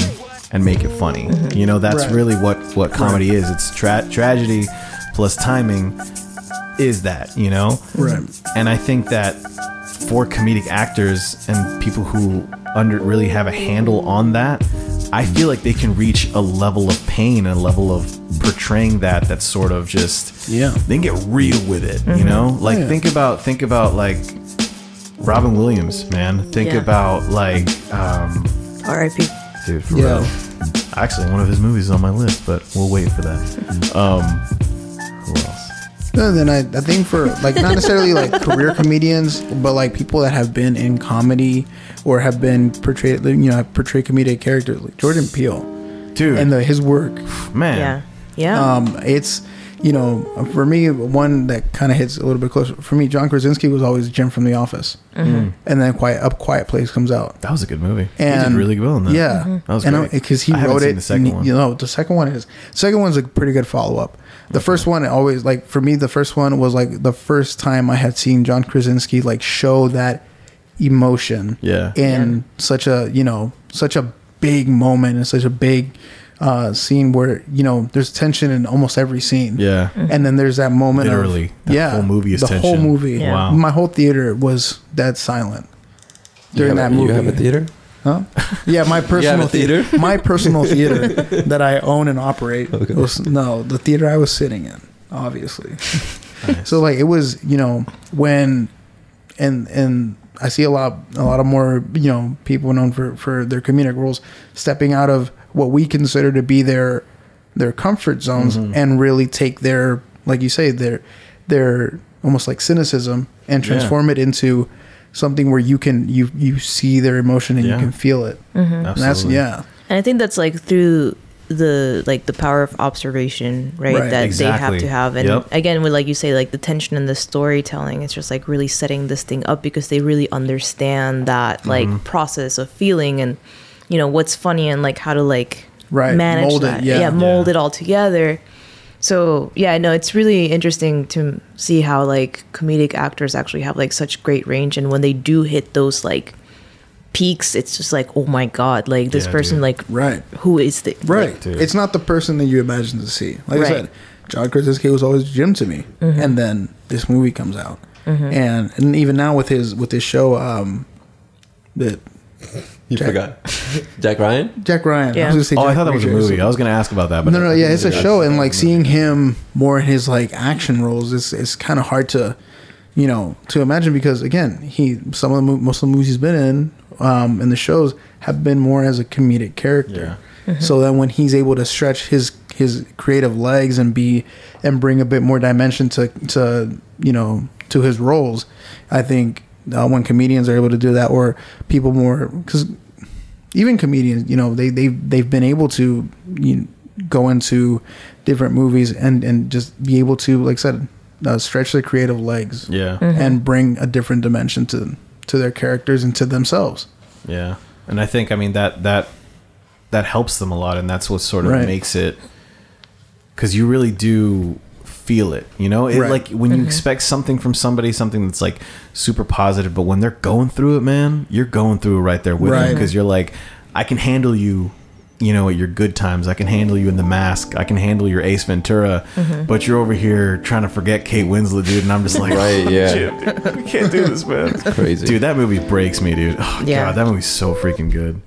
[SPEAKER 2] and make it funny. You know, that's
[SPEAKER 3] Mm-hmm. Right.
[SPEAKER 2] really what what comedy is. It's tra- tragedy plus timing is that you know
[SPEAKER 3] Right.
[SPEAKER 2] and i think that for comedic actors and people who under really have a handle on that i feel like they can reach a level of pain a level of portraying that that's sort of just
[SPEAKER 3] Yeah.
[SPEAKER 2] they can get real with it you know like
[SPEAKER 3] Mm-hmm. Oh, Yeah.
[SPEAKER 2] think about think about like robin williams man think
[SPEAKER 4] Yeah.
[SPEAKER 2] about like um
[SPEAKER 4] rip
[SPEAKER 2] dude for
[SPEAKER 3] Yeah.
[SPEAKER 2] real Actually, one of his movies is on my list, but we'll wait for that. Um, who else?
[SPEAKER 3] No, then I, I think for like not necessarily like career comedians, but like people that have been in comedy or have been portrayed, you know, have portrayed comedic characters, like Jordan Peele
[SPEAKER 2] Dude,
[SPEAKER 3] and the, his work.
[SPEAKER 2] man.
[SPEAKER 4] Yeah. Yeah.
[SPEAKER 3] Um, it's you know, for me, one that kind of hits a little bit closer for me. John Krasinski was always Jim from The Office, and then Quiet Up, Quiet Place comes out.
[SPEAKER 2] That was a good movie.
[SPEAKER 3] And
[SPEAKER 2] he did really well in that.
[SPEAKER 3] Yeah,
[SPEAKER 2] That was
[SPEAKER 3] and
[SPEAKER 2] great.
[SPEAKER 3] because he
[SPEAKER 2] I haven't
[SPEAKER 3] wrote
[SPEAKER 2] seen
[SPEAKER 3] it.
[SPEAKER 2] the second
[SPEAKER 3] and,
[SPEAKER 2] one.
[SPEAKER 3] You know, the second one is second one's a pretty good follow up. The first one always like for me. The first one was like the first time I had seen John Krasinski like show that emotion.
[SPEAKER 2] Yeah.
[SPEAKER 3] in such a you know such a big moment and such a big uh, scene where you know there's tension in almost every scene.
[SPEAKER 2] Yeah.
[SPEAKER 3] and then there's that moment. of-
[SPEAKER 2] Literally, that
[SPEAKER 3] yeah,
[SPEAKER 2] whole movie is
[SPEAKER 3] the whole
[SPEAKER 2] tension.
[SPEAKER 3] movie.
[SPEAKER 4] Yeah. Wow.
[SPEAKER 3] my whole theater was dead silent during
[SPEAKER 1] you
[SPEAKER 3] that
[SPEAKER 1] have,
[SPEAKER 3] movie.
[SPEAKER 1] You have a theater?
[SPEAKER 3] Huh? Yeah, my personal
[SPEAKER 1] a
[SPEAKER 3] theater.
[SPEAKER 1] theater?
[SPEAKER 3] my personal theater that I own and operate.
[SPEAKER 1] Okay.
[SPEAKER 3] Was, no, the theater I was sitting in, obviously. So like it was, you know, when and and I see a lot a lot of more, you know, people known for for their comedic roles stepping out of what we consider to be their their comfort zones
[SPEAKER 1] Mm-hmm.
[SPEAKER 3] and really take their like you say their their almost like cynicism and transform it into something where you can you you see their emotion and
[SPEAKER 2] Yeah.
[SPEAKER 3] you can feel it.
[SPEAKER 4] Mm-hmm.
[SPEAKER 3] And that's
[SPEAKER 2] Absolutely.
[SPEAKER 3] yeah.
[SPEAKER 4] and I think that's like through the like the power of observation, right?
[SPEAKER 3] Right.
[SPEAKER 4] that they
[SPEAKER 2] Exactly.
[SPEAKER 4] have to have. And
[SPEAKER 2] Yep.
[SPEAKER 4] again, with like you say, like the tension and the storytelling, it's just like really setting this thing up because they really understand that like process of feeling and you know what's funny and like how to like
[SPEAKER 3] Right.
[SPEAKER 4] manage
[SPEAKER 3] Mold it,
[SPEAKER 4] that.
[SPEAKER 3] yeah.
[SPEAKER 4] yeah, mold
[SPEAKER 2] Yeah.
[SPEAKER 4] it all together. So yeah, no, it's really interesting to see how like comedic actors actually have like such great range, and when they do hit those like peaks, it's just like oh my god, like this
[SPEAKER 2] Yeah,
[SPEAKER 4] person
[SPEAKER 2] dude.
[SPEAKER 4] like
[SPEAKER 3] Right.
[SPEAKER 4] who is the
[SPEAKER 3] Right.
[SPEAKER 2] dude.
[SPEAKER 3] It's not the person that you imagine to see. Like I
[SPEAKER 4] Right. Mm-hmm.
[SPEAKER 3] said, John Krasinski was always Jim to me, and then this movie comes out, and and even now with his with his show, um, the
[SPEAKER 1] You
[SPEAKER 3] Jack-
[SPEAKER 1] forgot. Jack Ryan?
[SPEAKER 3] Jack Ryan.
[SPEAKER 4] Yeah.
[SPEAKER 3] was gonna say
[SPEAKER 2] Oh, I
[SPEAKER 3] Jack
[SPEAKER 2] thought that was a
[SPEAKER 3] Reacher.
[SPEAKER 2] movie. I was going to ask about that, but
[SPEAKER 3] No, no, yeah, it's a
[SPEAKER 2] Yeah.
[SPEAKER 3] show, and like seeing him more in his like action roles, it's it's kind of hard to, you know, to imagine because again, he some of the mo- most of the movies he's been in, um, and the shows have been more as a comedic character. So then when he's able to stretch his his creative legs and be and bring a bit more dimension to to you know to his roles, I think uh, when comedians are able to do that or people more because even comedians, you know, they they they've been able to you know, go into different movies and and just be able to, like I said, uh, stretch their creative legs
[SPEAKER 2] Yeah.
[SPEAKER 4] Mm-hmm.
[SPEAKER 3] and bring a different dimension to to their characters and to themselves.
[SPEAKER 2] Yeah, and I think I mean that that that helps them a lot, and that's what sort of
[SPEAKER 3] Right.
[SPEAKER 2] makes it because you really do feel it. You know, it,
[SPEAKER 3] Right.
[SPEAKER 2] like when you expect something from somebody, something that's like super positive, but when they're going through it, man, you're going through it right there with them
[SPEAKER 3] Right.
[SPEAKER 2] because you're like, I can handle you. You know, at your good times, I can handle you in the mask. I can handle your Ace Ventura, but you're over here trying to forget Kate Winslet, dude. And I'm just like,
[SPEAKER 1] Right, yeah.
[SPEAKER 2] Jim, dude, we can't do this, man.
[SPEAKER 1] Crazy.
[SPEAKER 2] Dude, that movie breaks me, dude. Oh,
[SPEAKER 4] Yeah.
[SPEAKER 2] God, that movie's so freaking good.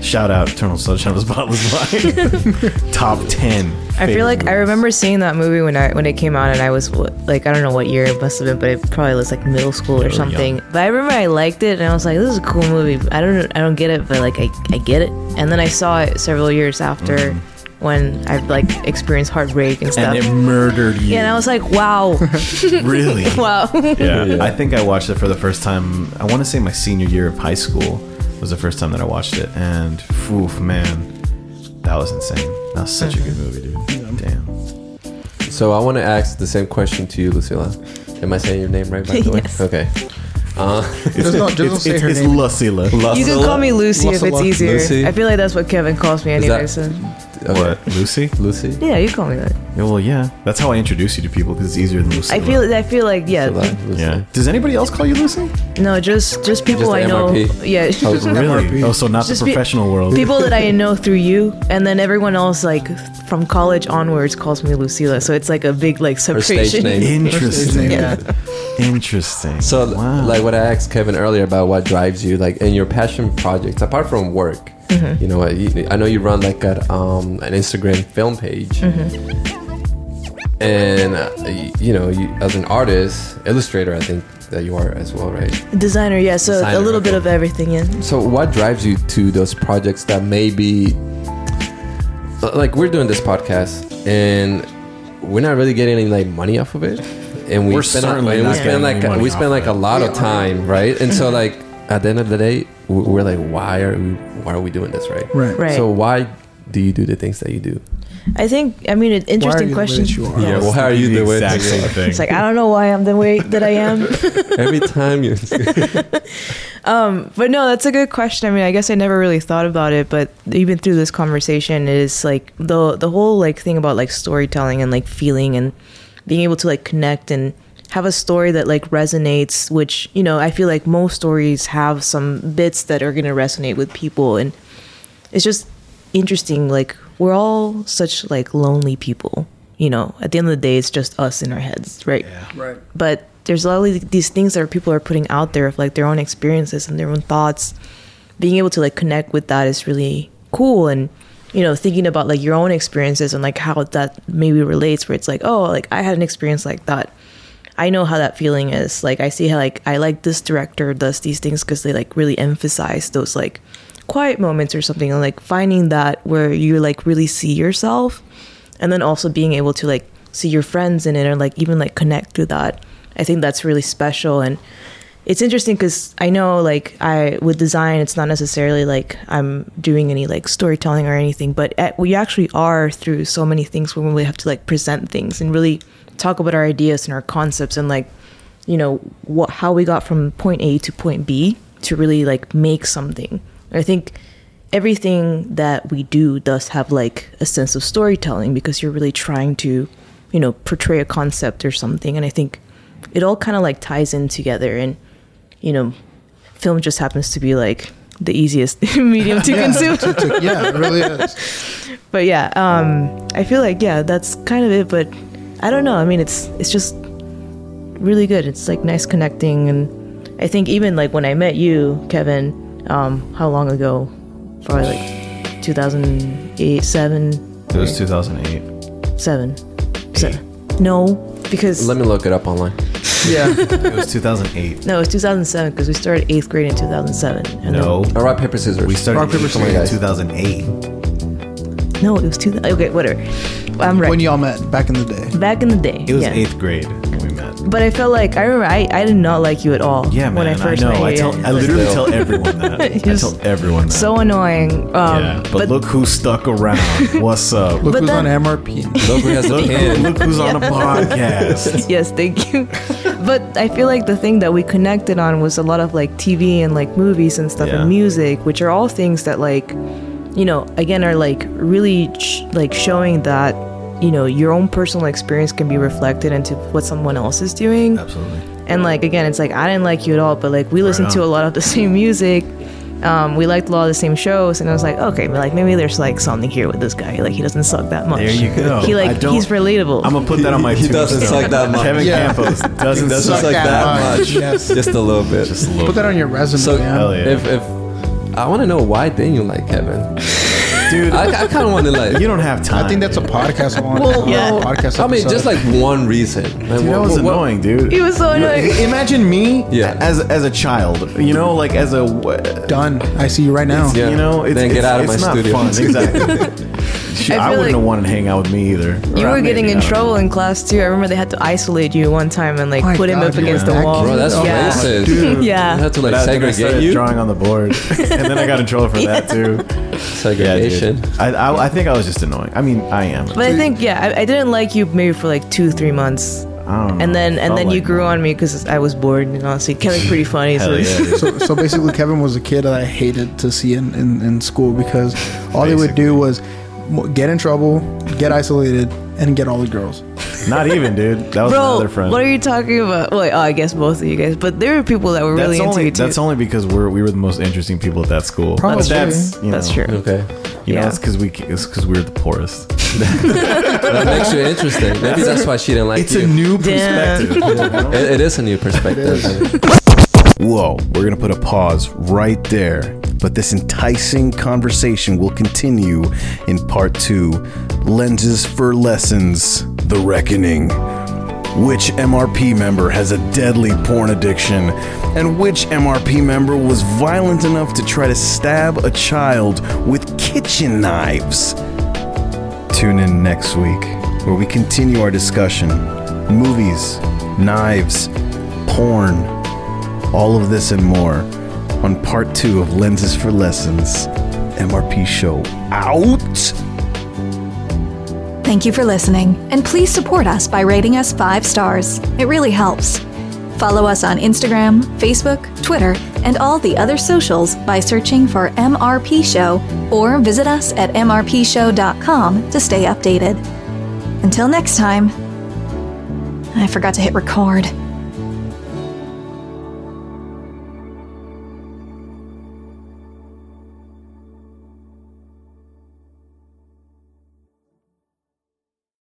[SPEAKER 2] Shout out Eternal Sunshine of the Spotless Mind. Top 10.
[SPEAKER 4] I
[SPEAKER 2] favorite
[SPEAKER 4] feel like I
[SPEAKER 2] movies.
[SPEAKER 4] remember seeing that movie when I when it came out, and I was like, I don't know what year it must have been, but it probably was like middle school or
[SPEAKER 2] were
[SPEAKER 4] something.
[SPEAKER 2] young.
[SPEAKER 4] But I remember I liked it, and I was like, this is a cool movie. I don't I don't get it, but like I, I get it. And then I saw it several years after when I've like experienced heartbreak and stuff.
[SPEAKER 2] And it murdered you.
[SPEAKER 4] yeah, and I was like, wow,
[SPEAKER 2] really?
[SPEAKER 4] wow.
[SPEAKER 2] yeah.
[SPEAKER 1] Yeah.
[SPEAKER 2] I think I watched it for the first time. I want to say my senior year of high school was the first time that I watched it, and oof, man, that was insane. That was such a good movie, dude. Damn.
[SPEAKER 1] So I want to ask the same question to you, Lucilla. Am I saying your name right, by the way?
[SPEAKER 4] Yes.
[SPEAKER 1] Okay.
[SPEAKER 3] Just don't, just don't
[SPEAKER 2] It's,
[SPEAKER 3] say
[SPEAKER 2] it's,
[SPEAKER 3] her
[SPEAKER 2] it's
[SPEAKER 3] name.
[SPEAKER 2] Lucilla.
[SPEAKER 4] You can call me Lucy if it's
[SPEAKER 1] Lucilla.
[SPEAKER 4] easier.
[SPEAKER 1] Lucy.
[SPEAKER 4] I feel like that's what Kevin calls me anyway.
[SPEAKER 1] that-
[SPEAKER 4] so
[SPEAKER 1] Okay.
[SPEAKER 2] What? Lucy?
[SPEAKER 1] Lucy?
[SPEAKER 4] yeah, you call me that.
[SPEAKER 2] Yeah, well, yeah. That's how I introduce you to people because it's easier than Lucy.
[SPEAKER 4] I feel I feel like yeah.
[SPEAKER 1] Lucy.
[SPEAKER 2] Yeah. Does anybody else call you Lucy?
[SPEAKER 4] No, just just people
[SPEAKER 1] Just
[SPEAKER 4] I
[SPEAKER 1] the
[SPEAKER 4] know.
[SPEAKER 1] MRP.
[SPEAKER 4] Yeah.
[SPEAKER 1] Oh,
[SPEAKER 2] Really?
[SPEAKER 3] MRP.
[SPEAKER 2] Oh, so not the
[SPEAKER 4] Just be-
[SPEAKER 2] professional world.
[SPEAKER 4] people that I know through you, and then everyone else, like from college onwards, calls me Lucila. So it's like a big like
[SPEAKER 1] stage
[SPEAKER 4] separation.
[SPEAKER 1] name.
[SPEAKER 2] Interesting.
[SPEAKER 4] Yeah.
[SPEAKER 2] Interesting.
[SPEAKER 1] So,
[SPEAKER 2] Wow.
[SPEAKER 1] like what I asked Kevin earlier about what drives you, like in your passion projects, apart from work, you know, I, I know you run like a, um, an Instagram film page, and uh, y- you know, you, as an artist, illustrator, I think that you are as well, right?
[SPEAKER 4] Designer, yeah. So
[SPEAKER 1] Designer,
[SPEAKER 4] a little bit
[SPEAKER 1] okay.
[SPEAKER 4] of everything. Yeah.
[SPEAKER 1] So, what drives you to those projects that maybe, like, we're doing this podcast and we're not really getting any like money off of it, and we
[SPEAKER 2] We're
[SPEAKER 1] spend a-
[SPEAKER 2] certainly
[SPEAKER 1] and we
[SPEAKER 2] not
[SPEAKER 1] spend
[SPEAKER 2] getting
[SPEAKER 1] like
[SPEAKER 2] any money
[SPEAKER 1] we
[SPEAKER 2] off
[SPEAKER 1] spend
[SPEAKER 2] of
[SPEAKER 1] like a
[SPEAKER 2] it.
[SPEAKER 1] lot of time, right? And so, like, at the end of the day, we- we're like, why are we why are we doing this, right?
[SPEAKER 3] Right.
[SPEAKER 4] Right.
[SPEAKER 1] So, why do you do the things that you do?
[SPEAKER 4] I think. I mean, an interesting
[SPEAKER 3] you the way
[SPEAKER 4] question.
[SPEAKER 3] that you are?
[SPEAKER 4] Yeah.
[SPEAKER 1] well, how are you
[SPEAKER 2] the
[SPEAKER 1] doing
[SPEAKER 2] exact
[SPEAKER 1] it?
[SPEAKER 2] same thing?
[SPEAKER 4] It's like I don't know why I'm the way that I am.
[SPEAKER 1] Every time you,
[SPEAKER 4] but no, that's a good question. I mean, I guess I never really thought about it, but even through this conversation, it is like the the whole like thing about like storytelling and like feeling and being able to like connect and have a story that like resonates. Which you know, I feel like most stories have some bits that are gonna resonate with people, and it's just interesting. Like we're all such like lonely people. You know, at the end of the day, it's just us in our heads, right?
[SPEAKER 3] Right.
[SPEAKER 4] but there's all these- these things that people are putting out there of like their own experiences and their own thoughts being able to like connect with that is really cool and you know thinking about like your own experiences and like how that maybe relates where it's like oh like i had an experience like that i know how that feeling is like i see how like i like this director does these things because they like really emphasize those like quiet moments or something and like finding that where you like really see yourself and then also being able to like see your friends in it or like even like connect through that i think that's really special and it's interesting because i know like i with design it's not necessarily like i'm doing any like storytelling or anything but at, we actually are through so many things when we have to like present things and really talk about our ideas and our concepts and like you know what how we got from point a to point b to really like make something i think everything that we do does have like a sense of storytelling because you're really trying to you know portray a concept or something and i think it all kind of like ties in together and you know film just happens to be like the easiest medium to consume
[SPEAKER 3] yeah, it really is.
[SPEAKER 4] but yeah um i feel like yeah that's kind of it but i don't know i mean it's it's just really good it's like nice connecting and i think even like when i met you kevin um how long ago probably like 2008 7
[SPEAKER 2] It was 2008.
[SPEAKER 4] 7 7 no because
[SPEAKER 1] let me look it up online.
[SPEAKER 3] Yeah.
[SPEAKER 2] It was 2008.
[SPEAKER 4] no it was 2007 because we started eighth grade in 2007 and
[SPEAKER 2] No,
[SPEAKER 1] All right, paper scissors.
[SPEAKER 2] we started
[SPEAKER 3] Rock, paper,
[SPEAKER 2] eighth grade in
[SPEAKER 1] scissors.
[SPEAKER 2] 2008.
[SPEAKER 4] then, no it was 2000 okay whatever i'm right
[SPEAKER 3] When y'all met back in the day.
[SPEAKER 4] back in the day
[SPEAKER 2] It was
[SPEAKER 4] yeah.
[SPEAKER 2] eighth grade when we met.
[SPEAKER 4] but i felt like i remember i i did not like you at all
[SPEAKER 2] Yeah, man.
[SPEAKER 4] when i
[SPEAKER 2] I,
[SPEAKER 4] first met
[SPEAKER 2] know.
[SPEAKER 4] you
[SPEAKER 2] I tell.
[SPEAKER 4] yeah.
[SPEAKER 2] I literally tell everyone that. I
[SPEAKER 4] Yes.
[SPEAKER 2] tell everyone that.
[SPEAKER 4] so annoying. Um,
[SPEAKER 2] yeah. But,
[SPEAKER 4] but,
[SPEAKER 2] look who stuck around. What's up?
[SPEAKER 3] Look
[SPEAKER 4] But
[SPEAKER 3] who's
[SPEAKER 4] then-
[SPEAKER 3] on MRP.
[SPEAKER 1] Look who has a
[SPEAKER 2] Look,
[SPEAKER 1] pen.
[SPEAKER 2] look who's on a podcast.
[SPEAKER 4] yes, thank you. but I feel like the thing that we connected on was a lot of like TV and like movies and stuff
[SPEAKER 2] Yeah.
[SPEAKER 4] and music, which are all things that like, you know, again are like really sh- like showing that you know your own personal experience can be reflected into what someone else is doing.
[SPEAKER 2] Absolutely.
[SPEAKER 4] And like again, it's like I didn't like you at all, but like we listened
[SPEAKER 2] on.
[SPEAKER 4] to a lot of the same music. Um, we liked a lot of the same shows, and I was like, okay, but like maybe there's like something here with this guy. Like he doesn't suck that much.
[SPEAKER 2] There you go.
[SPEAKER 4] He
[SPEAKER 2] I
[SPEAKER 4] like
[SPEAKER 2] don't-
[SPEAKER 4] he's relatable.
[SPEAKER 2] I'm gonna put that on my.
[SPEAKER 1] He doesn't
[SPEAKER 2] tombstone.
[SPEAKER 1] suck that much.
[SPEAKER 2] Kevin
[SPEAKER 3] Yeah.
[SPEAKER 2] Campos doesn't,
[SPEAKER 1] Doesn't
[SPEAKER 2] suck
[SPEAKER 1] suck
[SPEAKER 2] that.
[SPEAKER 1] that much.
[SPEAKER 3] Yes.
[SPEAKER 1] Just a little bit.
[SPEAKER 2] Just a little
[SPEAKER 3] Put that on your resume,
[SPEAKER 1] So
[SPEAKER 3] man.
[SPEAKER 2] Hell yeah.
[SPEAKER 1] if if I want to know why didn't you like Kevin?
[SPEAKER 2] bit. dude.
[SPEAKER 1] I, I kind of want to like.
[SPEAKER 2] you don't have time.
[SPEAKER 3] I think that's a
[SPEAKER 2] dude.
[SPEAKER 3] podcast on
[SPEAKER 4] yeah.
[SPEAKER 3] podcast
[SPEAKER 1] I mean, just
[SPEAKER 3] episode.
[SPEAKER 1] like one reason. Like,
[SPEAKER 2] Dude, that
[SPEAKER 1] what-
[SPEAKER 2] was
[SPEAKER 1] what- what-
[SPEAKER 2] annoying, dude.
[SPEAKER 4] he was so annoying.
[SPEAKER 2] Imagine me
[SPEAKER 1] Yeah.
[SPEAKER 2] as as a child, you know, like as a
[SPEAKER 3] done. I see you right now.
[SPEAKER 1] Yeah.
[SPEAKER 2] you know, it's,
[SPEAKER 1] Then
[SPEAKER 2] it's,
[SPEAKER 1] get out of
[SPEAKER 2] it's
[SPEAKER 1] my
[SPEAKER 2] not
[SPEAKER 1] studio.
[SPEAKER 2] fun. Exactly. Shit,
[SPEAKER 4] I
[SPEAKER 2] I,
[SPEAKER 4] feel
[SPEAKER 2] wouldn't
[SPEAKER 4] like-
[SPEAKER 2] have wanted to hang out with me either.
[SPEAKER 4] You
[SPEAKER 2] Or
[SPEAKER 4] were
[SPEAKER 2] maybe,
[SPEAKER 4] getting
[SPEAKER 2] I
[SPEAKER 4] in
[SPEAKER 2] don't
[SPEAKER 4] trouble
[SPEAKER 2] know.
[SPEAKER 4] in class too. I remember they had to isolate you one time and like
[SPEAKER 3] My
[SPEAKER 4] put him
[SPEAKER 3] God,
[SPEAKER 4] up against
[SPEAKER 3] yeah.
[SPEAKER 4] the wall.
[SPEAKER 1] Bro, that's
[SPEAKER 4] yeah.
[SPEAKER 1] racist.
[SPEAKER 2] Dude.
[SPEAKER 1] You
[SPEAKER 4] Yeah.
[SPEAKER 1] have to
[SPEAKER 2] But
[SPEAKER 1] like
[SPEAKER 2] I- then I
[SPEAKER 1] segregate
[SPEAKER 2] started
[SPEAKER 1] you.
[SPEAKER 2] drawing on the board, and then I got in trouble for that too. Yeah,
[SPEAKER 1] Segregation.
[SPEAKER 2] dude. I, I, I think I was just annoying. I mean, I am.
[SPEAKER 4] But I think yeah, I, I didn't like you maybe for like two, three months,
[SPEAKER 2] I don't know.
[SPEAKER 4] and then and
[SPEAKER 2] Um, Felt
[SPEAKER 4] then you
[SPEAKER 2] like-
[SPEAKER 4] grew on me because I was bored and honestly, Kevin's pretty funny. so
[SPEAKER 2] Hell yeah, dude.
[SPEAKER 3] So, so basically, Kevin was a kid that I hated to see in, in, in school because all they would do was mo- get in trouble, get isolated, and get all the girls.
[SPEAKER 2] Not even, dude. That was my
[SPEAKER 4] Bro,
[SPEAKER 2] other friend.
[SPEAKER 4] what are you talking about? Well, oh, I guess both of you guys, but there were people that were
[SPEAKER 2] that's
[SPEAKER 4] really
[SPEAKER 2] only,
[SPEAKER 4] into it too.
[SPEAKER 2] That's only because we're we were the most interesting people at that school.
[SPEAKER 3] Probably.
[SPEAKER 2] But that's you
[SPEAKER 4] That's
[SPEAKER 2] know,
[SPEAKER 4] true.
[SPEAKER 1] Okay.
[SPEAKER 2] You know,
[SPEAKER 4] Yeah.
[SPEAKER 2] that's because we it's because we're the poorest.
[SPEAKER 1] That makes you interesting. Maybe that's why she didn't like you.
[SPEAKER 2] new
[SPEAKER 4] Damn.
[SPEAKER 1] it, it is a new perspective.
[SPEAKER 5] Whoa, we're going to put a pause right there. But this enticing conversation will continue in part two Lenses for Lessons The Reckoning. Which MRP member has a deadly porn addiction? And which MRP member was violent enough to try to stab a child with kitchen knives? Tune in next week where we continue our discussion. Movies, knives, porn, all of this and more on part two of Lenses for Lessons MRP Show. Out!
[SPEAKER 6] Thank you for listening, and please support us by rating us five stars. It really helps. Follow us on Instagram, Facebook, Twitter, and all the other socials by searching for MRP Show or visit us at mrpshow.com to stay updated. Until next time, I forgot to hit record.